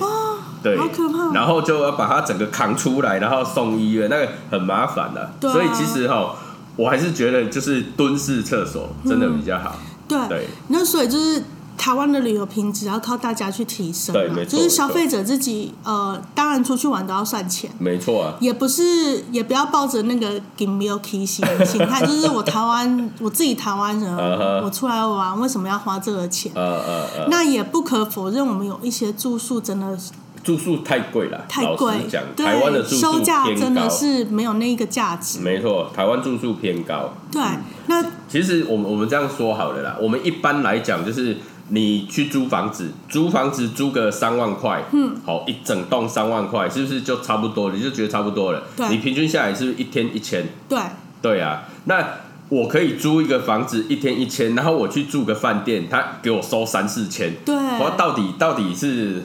B: 对，
A: 哦好可怕
B: 然后就要把它整个扛出来，然后送医院，那个很麻烦的、
A: 对啊
B: 所以其实哈，我还是觉得就是蹲式厕所
A: 嗯
B: 真的比较好。对，
A: 那所以就是台湾的旅游品质要靠大家去提升嘛，
B: 对没错
A: 就是消费者自己呃，当然出去玩都要算钱。
B: 没错啊，
A: 也不是，也不要抱着那个 give me a kiss 的心态，就是我台湾我自己台湾
B: <laughs>
A: 人
B: 嗯哼
A: 我出来玩为什么要花这个钱？
B: 呃呃呃，
A: 那也不可否认，我们有一些住宿真的是
B: 住宿太贵了，
A: 太
B: 老
A: 贵
B: 实讲，，台湾的
A: 对，
B: 住宿
A: 收价
B: 偏
A: 真
B: 高
A: 的，是没有那个价值。
B: 没错，台湾住宿偏高。
A: 对，那
B: 其实我们我们这样说好了啦，我们一般来讲就是你去租房子，租房子租个三万块，嗯，好，一整栋三万块，是不是就差不多了？你就觉得差不多了。
A: 对
B: 你平均下来是不是一天一千？
A: 对
B: 对啊，那我可以租一个房子一天一千，然后我去住个饭店，他给我收三四千，
A: 对，
B: 我到底到底是？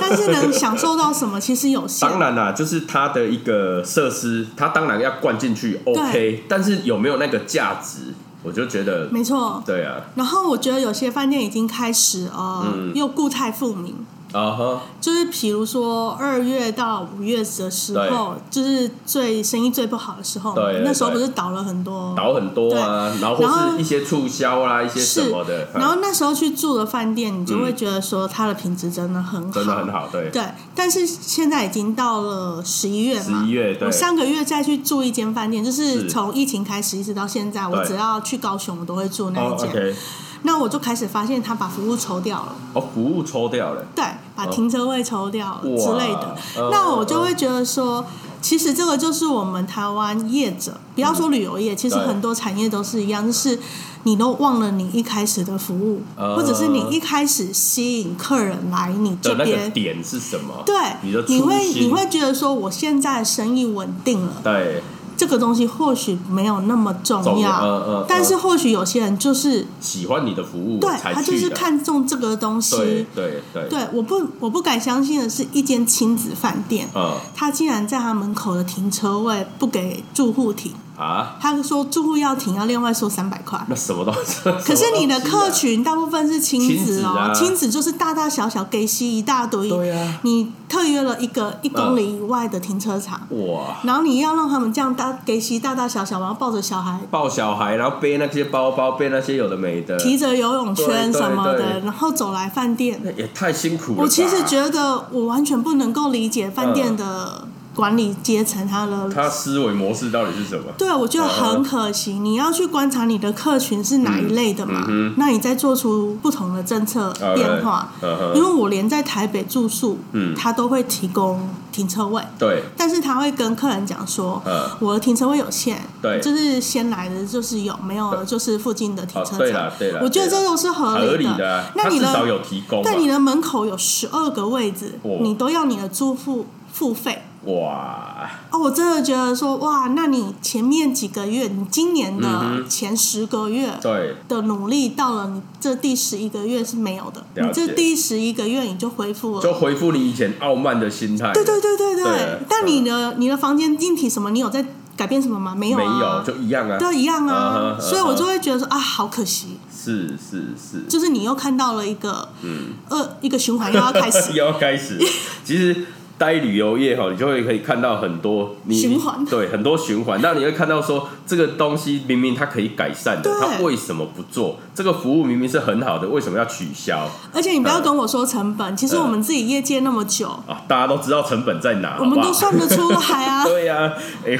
A: 但是能享受到什么其实有限。
B: 当然啦，就是它的一个设施，它当然要灌进去，OK，但是有没有那个价值，我就觉得，
A: 没错，
B: 对啊，
A: 然后我觉得有些饭店已经开始呃，
B: 嗯
A: 又固态复明，
B: 啊哈。
A: 就是比如说二月到五月的时候，就是最生意最不好的时候嘛，
B: 对对
A: 那时候不是倒了很多。
B: 倒很多啊，然后
A: 然
B: 或
A: 后
B: 是一些促销啊啦、一些什
A: 是
B: 么的，，
A: 然后
B: 嗯
A: 那时候去住的饭店，你就会觉得说它的品质真的很好，
B: 嗯真的很好，对，
A: 对，但是现在已经到了十一月嘛，
B: 11月对
A: 我上个月再去住一间饭店，就是是从疫情开始一直到现在，我
B: 对
A: 只要去高雄，我都会住那
B: 哦
A: 一间。
B: ，OK，
A: 那我就开始发现他把服务抽掉了。
B: 哦，服务抽掉了，
A: 对，把停车位抽掉了
B: 哦哇
A: 之类的
B: 嗯，
A: 那我就会觉得说，其实这个就是我们台湾业者，不要
B: 嗯
A: 说旅游业，其实
D: 对
A: 很多产业都是一样，就是你都忘了你一开始的服务，
B: 呃
A: 或者是你一开始吸引客人来你这
B: 的那个
A: 边，
B: 点是什么？
A: 对
B: 你的，
A: 你
B: 初
A: 会
B: 心
A: 你会觉得说我现在生意稳定了，
B: 对
A: 这个东西或许没有那么重
B: 重要
A: 要，
B: 嗯嗯嗯
A: 但是或许有些人就是
B: 喜欢你的服务
A: 对
B: 才
A: 他就
B: 去
A: 是
B: 的。
A: 看中这个东
B: 对
A: 西。
B: 对对，
A: 对，我不我不敢相信的是一间亲子饭店，
B: 嗯
A: 他竟然在他门口的停车位不给住户停，
B: 啊，
A: 他说住户要停要另外收三百块。
B: 那什么东西？
A: 可是你的客
B: 客群。
A: 群大部分是亲子
B: 亲子啊
A: 哦，亲子就是大大小小给息一大堆，
B: 对啊
A: 你特约了一个一公里以外的停车场，
B: 哇，
A: 然后你要让他们这样大给息大大小小，然后抱着小孩
B: 抱小孩，然后背那些包包，背那些有的没的，
A: 提着游泳圈
B: 对对
A: 什么的，
B: 对
A: 然后走来饭店。
B: 那也太辛苦了吧。嗯
A: 我其实觉得我完全不能够理解饭店的管理阶层他的
B: 他嗯思维模式到底是什么？
A: 对，啊我觉得很可惜。你要去观察你的客群是哪
B: 嗯
A: 一类的嘛，那你再做出不同的政策变化。
B: 嗯哼
A: 因为我连在台北住宿，
B: 嗯
A: 他都会提供停车位，
B: 对，
A: 但是他会跟客人讲说，
B: 嗯
A: 我的停车位有限，
B: 对
A: 就是先来的就是有，没有的就是附近的停车场。
B: 哦对啦对啦
A: 我觉得
B: 对啦
A: 这都是合
B: 合
A: 理
B: 理的啊，
A: 那
B: 他
A: 你
B: 至
A: 的
B: 少有提供嘛。
A: 但你的门口有十二个位置，
B: 哦
A: 你都要你的住户付费。
B: 哇，
A: 哦，我真的觉得说，哇，那你前面几个月，你今年
B: 嗯
A: 的前十个月
B: 对，
A: 的努力，到了你这第十一个月是没有的，
B: 了
A: 你这
B: 解
A: 第十一个月你就恢复
B: 就
A: 了。
B: 回复你以前傲慢的心态。
A: 对对对对对，
B: 对
A: 但你的你的房间硬体什么，你有在改变什么吗？没有
B: 没
A: 啊，
B: 有就一样啊。
A: 都一样
B: 嗯
A: 啊
B: 哼嗯哼
A: 所以我就会觉得说啊，好可惜，
B: 是是是， <laughs>
A: 就是你又看到了一个嗯呃一个循环又要
B: <laughs>
A: 开始，
B: 又要开始。其实待旅游业哈，你就会可以看到很多你
A: 循环
B: 对很多循环。那你会看到说，这个东西明明它可以改善的
A: 对，
B: 它为什么不做？这个服务明明是很好的，为什么要取消
A: 而且你不要跟我说成
B: 嗯
A: 本，其实我们自己业界那么久，
B: 啊？大家都知道成本在哪，
A: 我们
B: 好不好
A: 都算得出来
B: <laughs>
A: 啊。
B: 对呀、哎、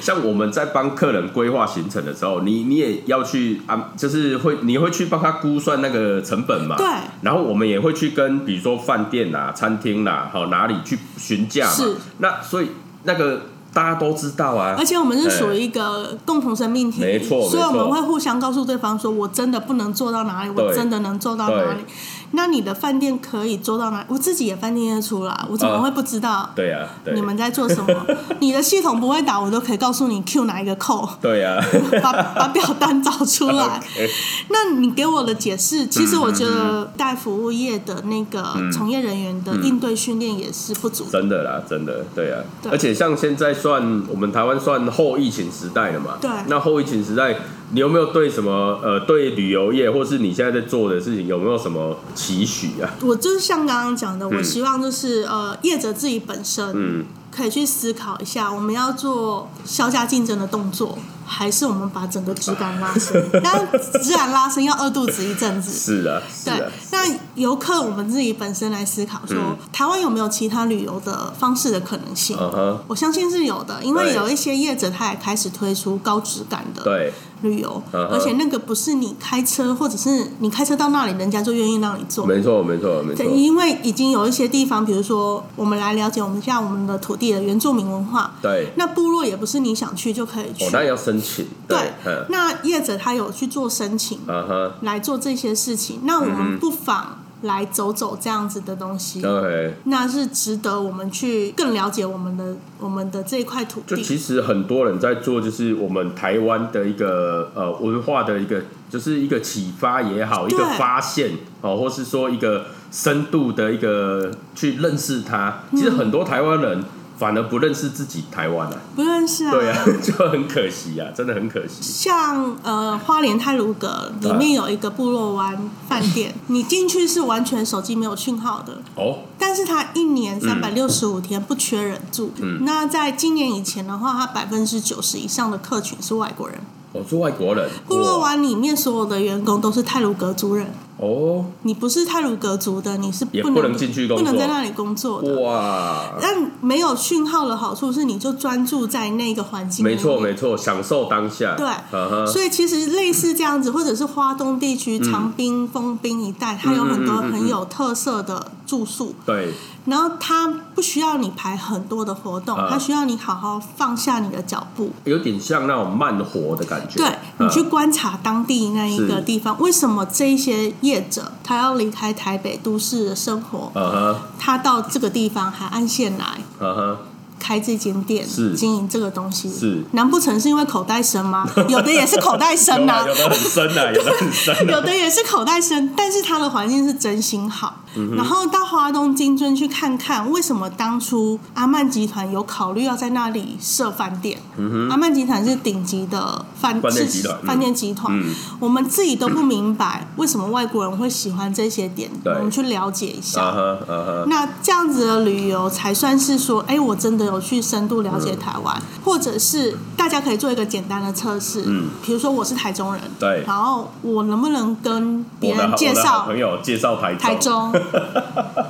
B: 像我们在帮客人规划行程的时候，你你也要去安，就是会你会去帮他估算那个成本嘛？
A: 对
B: 然后我们也会去跟比如说饭店啦、餐厅啦，好哪里去询价嘛
A: 是？
B: 那所以那个大家都知道啊
A: 而。且我们是属于一个共同生命体，
B: 哎没错
A: 所以我
B: 没
A: 们
B: 错
A: 会互相告诉对方说，我真的不能做到哪里，
B: 对
A: 我真的能做到哪里
B: 对。
A: 那你的饭店可以做到哪里？我自己也饭店业出来，我怎么
B: 啊
A: 会不知道
B: 对呀、啊，对
A: 你们在做什
B: <laughs>
A: 么？你的系统不会打，我都可以告诉你 Q 哪一个扣，
B: 对啊哎呀、
A: 把把表单找 <laughs> 出
B: <laughs>
A: 来。
B: OK
A: 那你给我的解释，其实我觉得带服务业的那个从业人员的应对训练也是不足的。
B: 真的啦，真的，对啊。
A: 对
B: 而且像现在算我们台湾算后疫情时代了嘛？
A: 对
B: 那后疫情时代，你有没有对什么呃，对旅游业，或是你现在在做的事情，有没有什么期许啊？
A: 我就是像刚刚讲的，我希望就是、呃，业者自己本身，
B: 嗯，
A: 可以去思考一下，我们要做销价竞争的动作，还是我们把整个质感拉伸？但质感拉伸要饿肚子一阵子。
B: 是啊，是
A: 对
B: 啊，，
A: 那游客我们自己本身来思考说，台湾有没有其他旅游的方式的可能性？
B: 嗯哼，
A: 我相信是有的，因为
B: 对
A: 有一些业者他也开始推出高质感的
B: 对，
A: 旅游，
B: 嗯哼
A: 而且那个不是你开车或者是你开车到那里，人家就愿意让你做。
B: 没错，没错，没错
A: 对，，因为已经有一些地方，比如说我们来了解我们像我们的土地的原住民文化，
B: 对。
A: 那部落也不是你想去就可以去。
B: 哦，那要申请，
A: 对
B: 嗯，
A: 那业者他有去做申请
B: 嗯哼
A: 来做这些事情，那我们不妨来走走这样子的东西。
B: ，OK。
A: 那是值得我们去更了解我们的我们的这一块土
B: 就其
A: 地，
B: 实很多人在做，就是我们台湾的一个呃文化的一个，就是一个启发也好，一
A: 对
B: 个发现哦，或是说一个深度的一个去认识它。
A: 嗯
B: 其实很多台湾人反而不认识自己台湾啊，
A: 不认识啊。
B: 对啊， <laughs> 就很可惜啊，真的很可惜。
A: 像呃花莲泰鲁阁里面有一个部落湾饭
B: <laughs>
A: 店，你进去是完全手机没有讯号的，
B: 哦，
A: 但是它一
B: 嗯
A: 年三百六十五天不缺人住。那在今年以前的话，它百分之九十以上的客群是外国人。
B: 我是哦外国人，
A: 部落
B: 哇
A: 湾里面所有的员工都是泰鲁格族人，
B: 哦，
A: 你不是泰鲁格族的，你是
B: 也
A: 不
B: 不
A: 能
B: 能进去工
A: 不
B: 作
A: 能在那里工作的。
B: 哇，
A: 但没有讯号的好处是，你就专注在那个环境里
B: 没
A: 面。
B: 错没错，享受当下，
A: 对
B: 嗯哼
A: 所以其实类似这样子，或者是花东地区长滨、丰滨一带，它有很多很有特色的住宿，
B: 对，
A: 然后它不需要你排很多的活动，
B: 嗯
A: 它需要你好好放下你的脚步，
B: 有点像那种慢活的感觉。
A: 对你
B: 嗯
A: 去观察当地那一个
B: 是
A: 地方，为什么这一些业者他要离开台北都市的生活，
B: 嗯哼，
A: 他到这个地方还按线来
B: 嗯哼，
A: 开这间店，
B: 是
A: 经营这个东西，
B: 是
A: 难不成是因为口袋深
B: <laughs>
A: 吗？有的也是口袋深
B: 有
A: 呐、
B: 啊，有的很深
A: <laughs>
B: 啊，有的很深
A: 有
B: 啊。
A: 的也是口袋深，但是它的环境是真心好。
B: 嗯
A: 然后到华东金樽去看看，为什么当初阿曼集团有考虑要在那里设饭店？阿曼集团是顶级的饭
B: 嗯饭店
A: 是
B: 集团嗯
A: 饭店集团，
B: 嗯
A: 我们自己都不明白为什么外国人会喜欢这些点，
B: 对
A: 我们去了解一下。
B: 嗯哼，嗯哼，
A: 那这样子的旅游才算是说，哎、我真的有去深度了解台湾，或者是大家可以做一个简单的测试，
B: 嗯，
A: 比如说我是台中人，
B: 对
A: 然后我能不能跟别
B: 我的
A: 人
B: 好
A: 介
B: 我的好
A: 绍
B: 朋友介绍台中
A: 台中，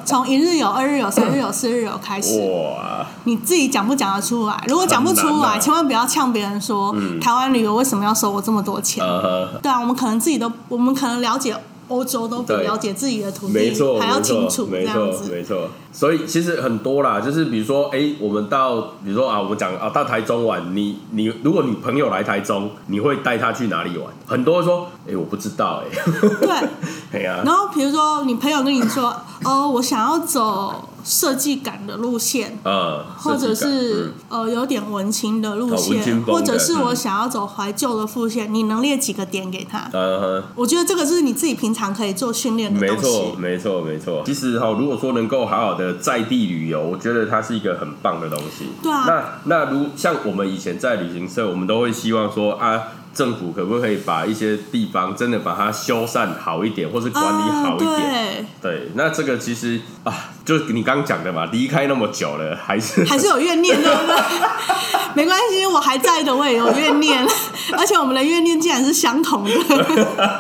A: 从一日游、二日游、三日游、四日游开始，
B: 哇，啊
A: 你自己讲不讲得出来？如果讲不出
B: 很
A: 来，
B: 难啊
A: 千万不要呛别人说、台湾旅游为什么要收我这么多钱？
B: 嗯哼，
A: 对啊，我们可能自己都，我们可能了解欧洲都比
B: 对
A: 了解自己的土
B: 没
A: 地
B: 错，
A: 还要
B: 没
A: 清
B: 错
A: 楚，这
B: 没
A: 样
B: 错，
A: 子。
B: 没错。所以其实很多啦，就是比如说，哎、我们到，比如说啊，我们讲啊，到台中玩，你你，如果你朋友来台中，你会带他去哪里玩？很多人说，哎、我不知道、 <laughs>
A: 对，
B: 哎，哎呀、
A: <laughs> 然后比如说你朋友跟你说，哦，我想要走设计感的路线，
B: 嗯，
A: 或者
B: 设计感嗯
A: 是、呃有点文青的路
B: 哦文
A: 线，
B: 青风的
A: 或者是我
B: 嗯
A: 想要走怀旧的路线，你能列几个点给他？
B: 嗯哼。
A: 我觉得这个是你自己平常可以做训练的
B: 没
A: 东
B: 错，
A: 西。
B: 没错，没错。其实哈、如果说能够好好的在地旅游，我觉得它是一个很棒的东西。
A: 对啊
B: 那那如像我们以前在旅行社，我们都会希望说啊，政府可不可以把一些地方真的把它修缮好一点，或是管理
A: 啊，
B: 好一点？
A: 对，
B: 对，那这个其实啊，就是你刚讲的嘛，离开那么久了， <laughs> 还是
A: 还是有怨念，对不对？ <laughs> 没关系，我还在的，我也有怨念， <laughs> 而且我们的怨念竟然是相同
B: <laughs>
A: 的。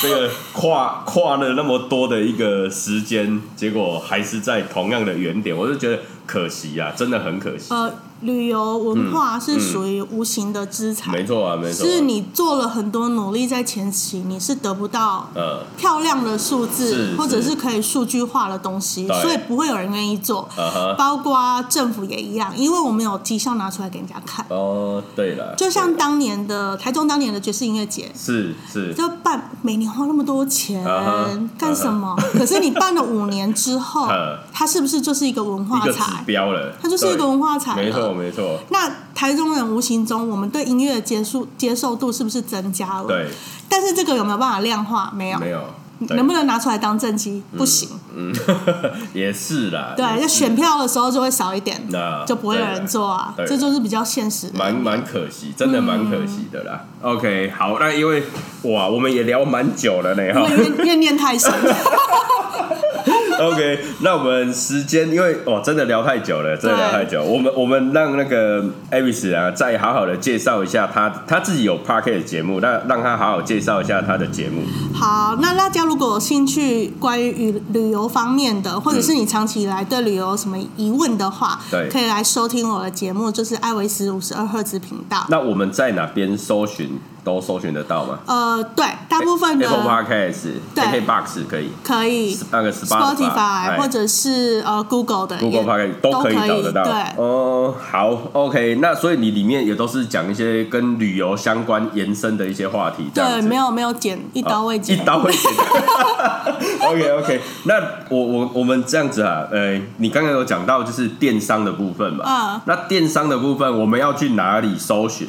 B: 这个跨跨了那么多的一个时间，结果还是在同样的原点，我就觉得可惜啊，真的很可惜。
A: 呃，旅游文
B: 嗯
A: 化是属于无形的资产，
B: 没错啊，没错啊、
A: 是你做了很多努力在前期，你是得不到
B: 呃。
A: 漂亮的数
B: 是
A: 字，
B: 是
A: 或者是可以数据化的东西，
B: 对
A: 所以不会有人愿意做。
B: 啊哈，
A: 包括政府也一样，因为我们有绩效拿出来给人家看。
B: 哦，对了，
A: 就像
B: 对了
A: 当年的台中当年的爵士音乐节，
B: 是是，
A: 就办每年花那么多钱
B: 啊哈
A: 干什么？可是你办了五年之后
B: <laughs> 嗯，
A: 它是不是就是一个文
B: 一
A: 化
B: 个指
A: 财？
B: 标了，
A: 它就是一个啊
B: 对
A: 文化财
B: 没错
A: 了。
B: 没错，
A: 那台中人无形中，我们对音乐的接受接受度是不是增加了？
B: 对，
A: 但是这个有没有办法量化？没有，嗯
B: 没有，对
A: 能不能拿出来当正绩？不行。
B: 嗯， <laughs> 也是啦，
A: 对，
B: 也
A: 就是选票的时候就会少一点，
B: 那
A: 就不会有人做啊。
B: 对啦
A: 这就是比较现实的。
B: 蛮蛮可惜，真的蛮可惜的啦。OK，好，那因为哇，我们也聊蛮久了呢
A: 因
B: 哈
A: 为。怨怨念太深，
B: <laughs> OK，那我们时间因为哇，真的聊太久了，真的聊太久。我们我们让那个 Avis 啊，再好好的介绍一下他他自己有 p a r k e t 节目，那让他好好介绍一下他的节目。
A: 好，那大家如果有兴趣关于旅旅游方面的，或者是你长期以来对旅游有什么疑问的话，
B: 对
A: 可以来收听我的节目，就是艾维斯五十二赫兹频道。
B: 那我们在哪边搜寻都搜寻得到吗？
A: 呃，对，大部分
B: Apple
A: 的
B: Podcast、
A: 对
B: KKBox 可以，
A: 可以
B: 那个
A: Spotify
B: 哎
A: 或者是呃 Google 的
B: Google
A: 也
B: Podcast 都可以找得到。
A: 对，
B: 哦，好，OK，那所以你里面也都是讲一些跟旅游相关延伸的一些话题，这样
A: 对，
B: 子啊哦
A: 没有没有剪一刀未剪，
B: 一刀会剪。OK OK，那我我我们这样子啊，呃，你刚刚有讲到就是电商的部分嘛，
A: 嗯
B: 那电商的部分我们要去哪里搜寻？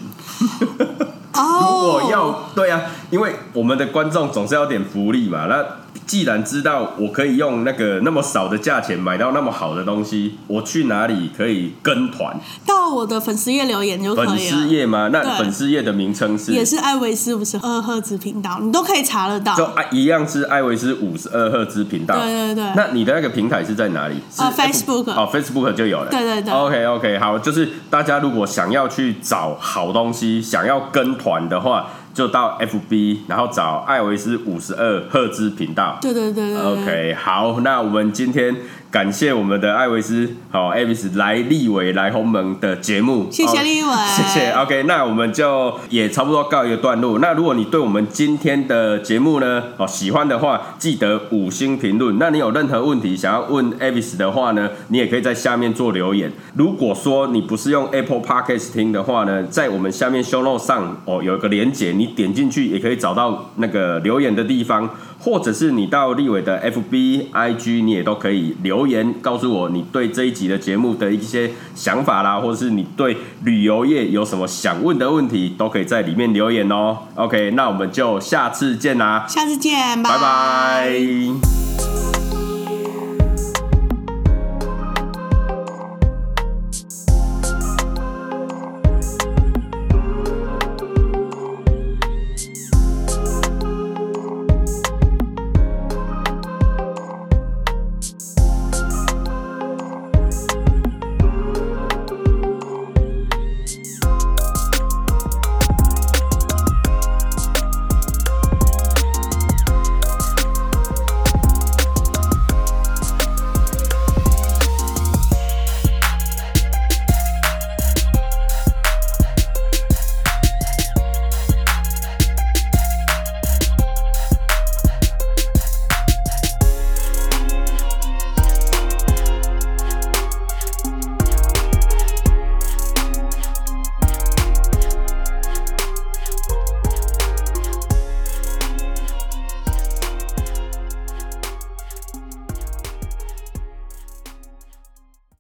B: 如
A: 哦，
B: 果要对啊，因为我们的观众总是要点福利嘛。那既然知道我可以用那个那么少的价钱买到那么好的东西，我去哪里可以跟团？
A: 到我的粉丝页留言就可以了。
B: 粉丝页吗？那
A: 对
B: 粉丝页的名称是
A: 也是艾维斯五十二赫兹频道，你都可以查得到
B: 就。啊一样是艾维斯五十二赫兹频道。
A: 对对对
B: 那你的那个平台是在哪里？是
A: 呃
B: F-
A: Facebook
B: 哦，Facebook 就有了。
A: 对对对
B: OK OK，好，就是大家如果想要去找好东西，想要跟团的话，就到 FB，然后找艾维斯五十二赫兹频道。
A: 对对对对对
B: OK，好，那我们今天感谢我们的艾维斯，好、艾维斯来立伟来鸿门的节目，
A: 谢谢
B: 好
A: 立伟
B: 谢谢。OK，那我们就也差不多告一个段落。那如果你对我们今天的节目呢，哦喜欢的话，记得五星评论。那你有任何问题想要问 Avis 的话呢，你也可以在下面做留言。如果说你不是用 Apple Podcast 听的话呢，在我们下面 show note 上哦有一个连接，你点进去也可以找到那个留言的地方。或者是你到立伟的 FB、IG，你也都可以留言告诉我你对这一集的节目的一些想法啦，或者是你对旅游业有什么想问的问题，都可以在里面留言哦。OK，那我们就下次见啦，
A: 下次见，
B: 拜拜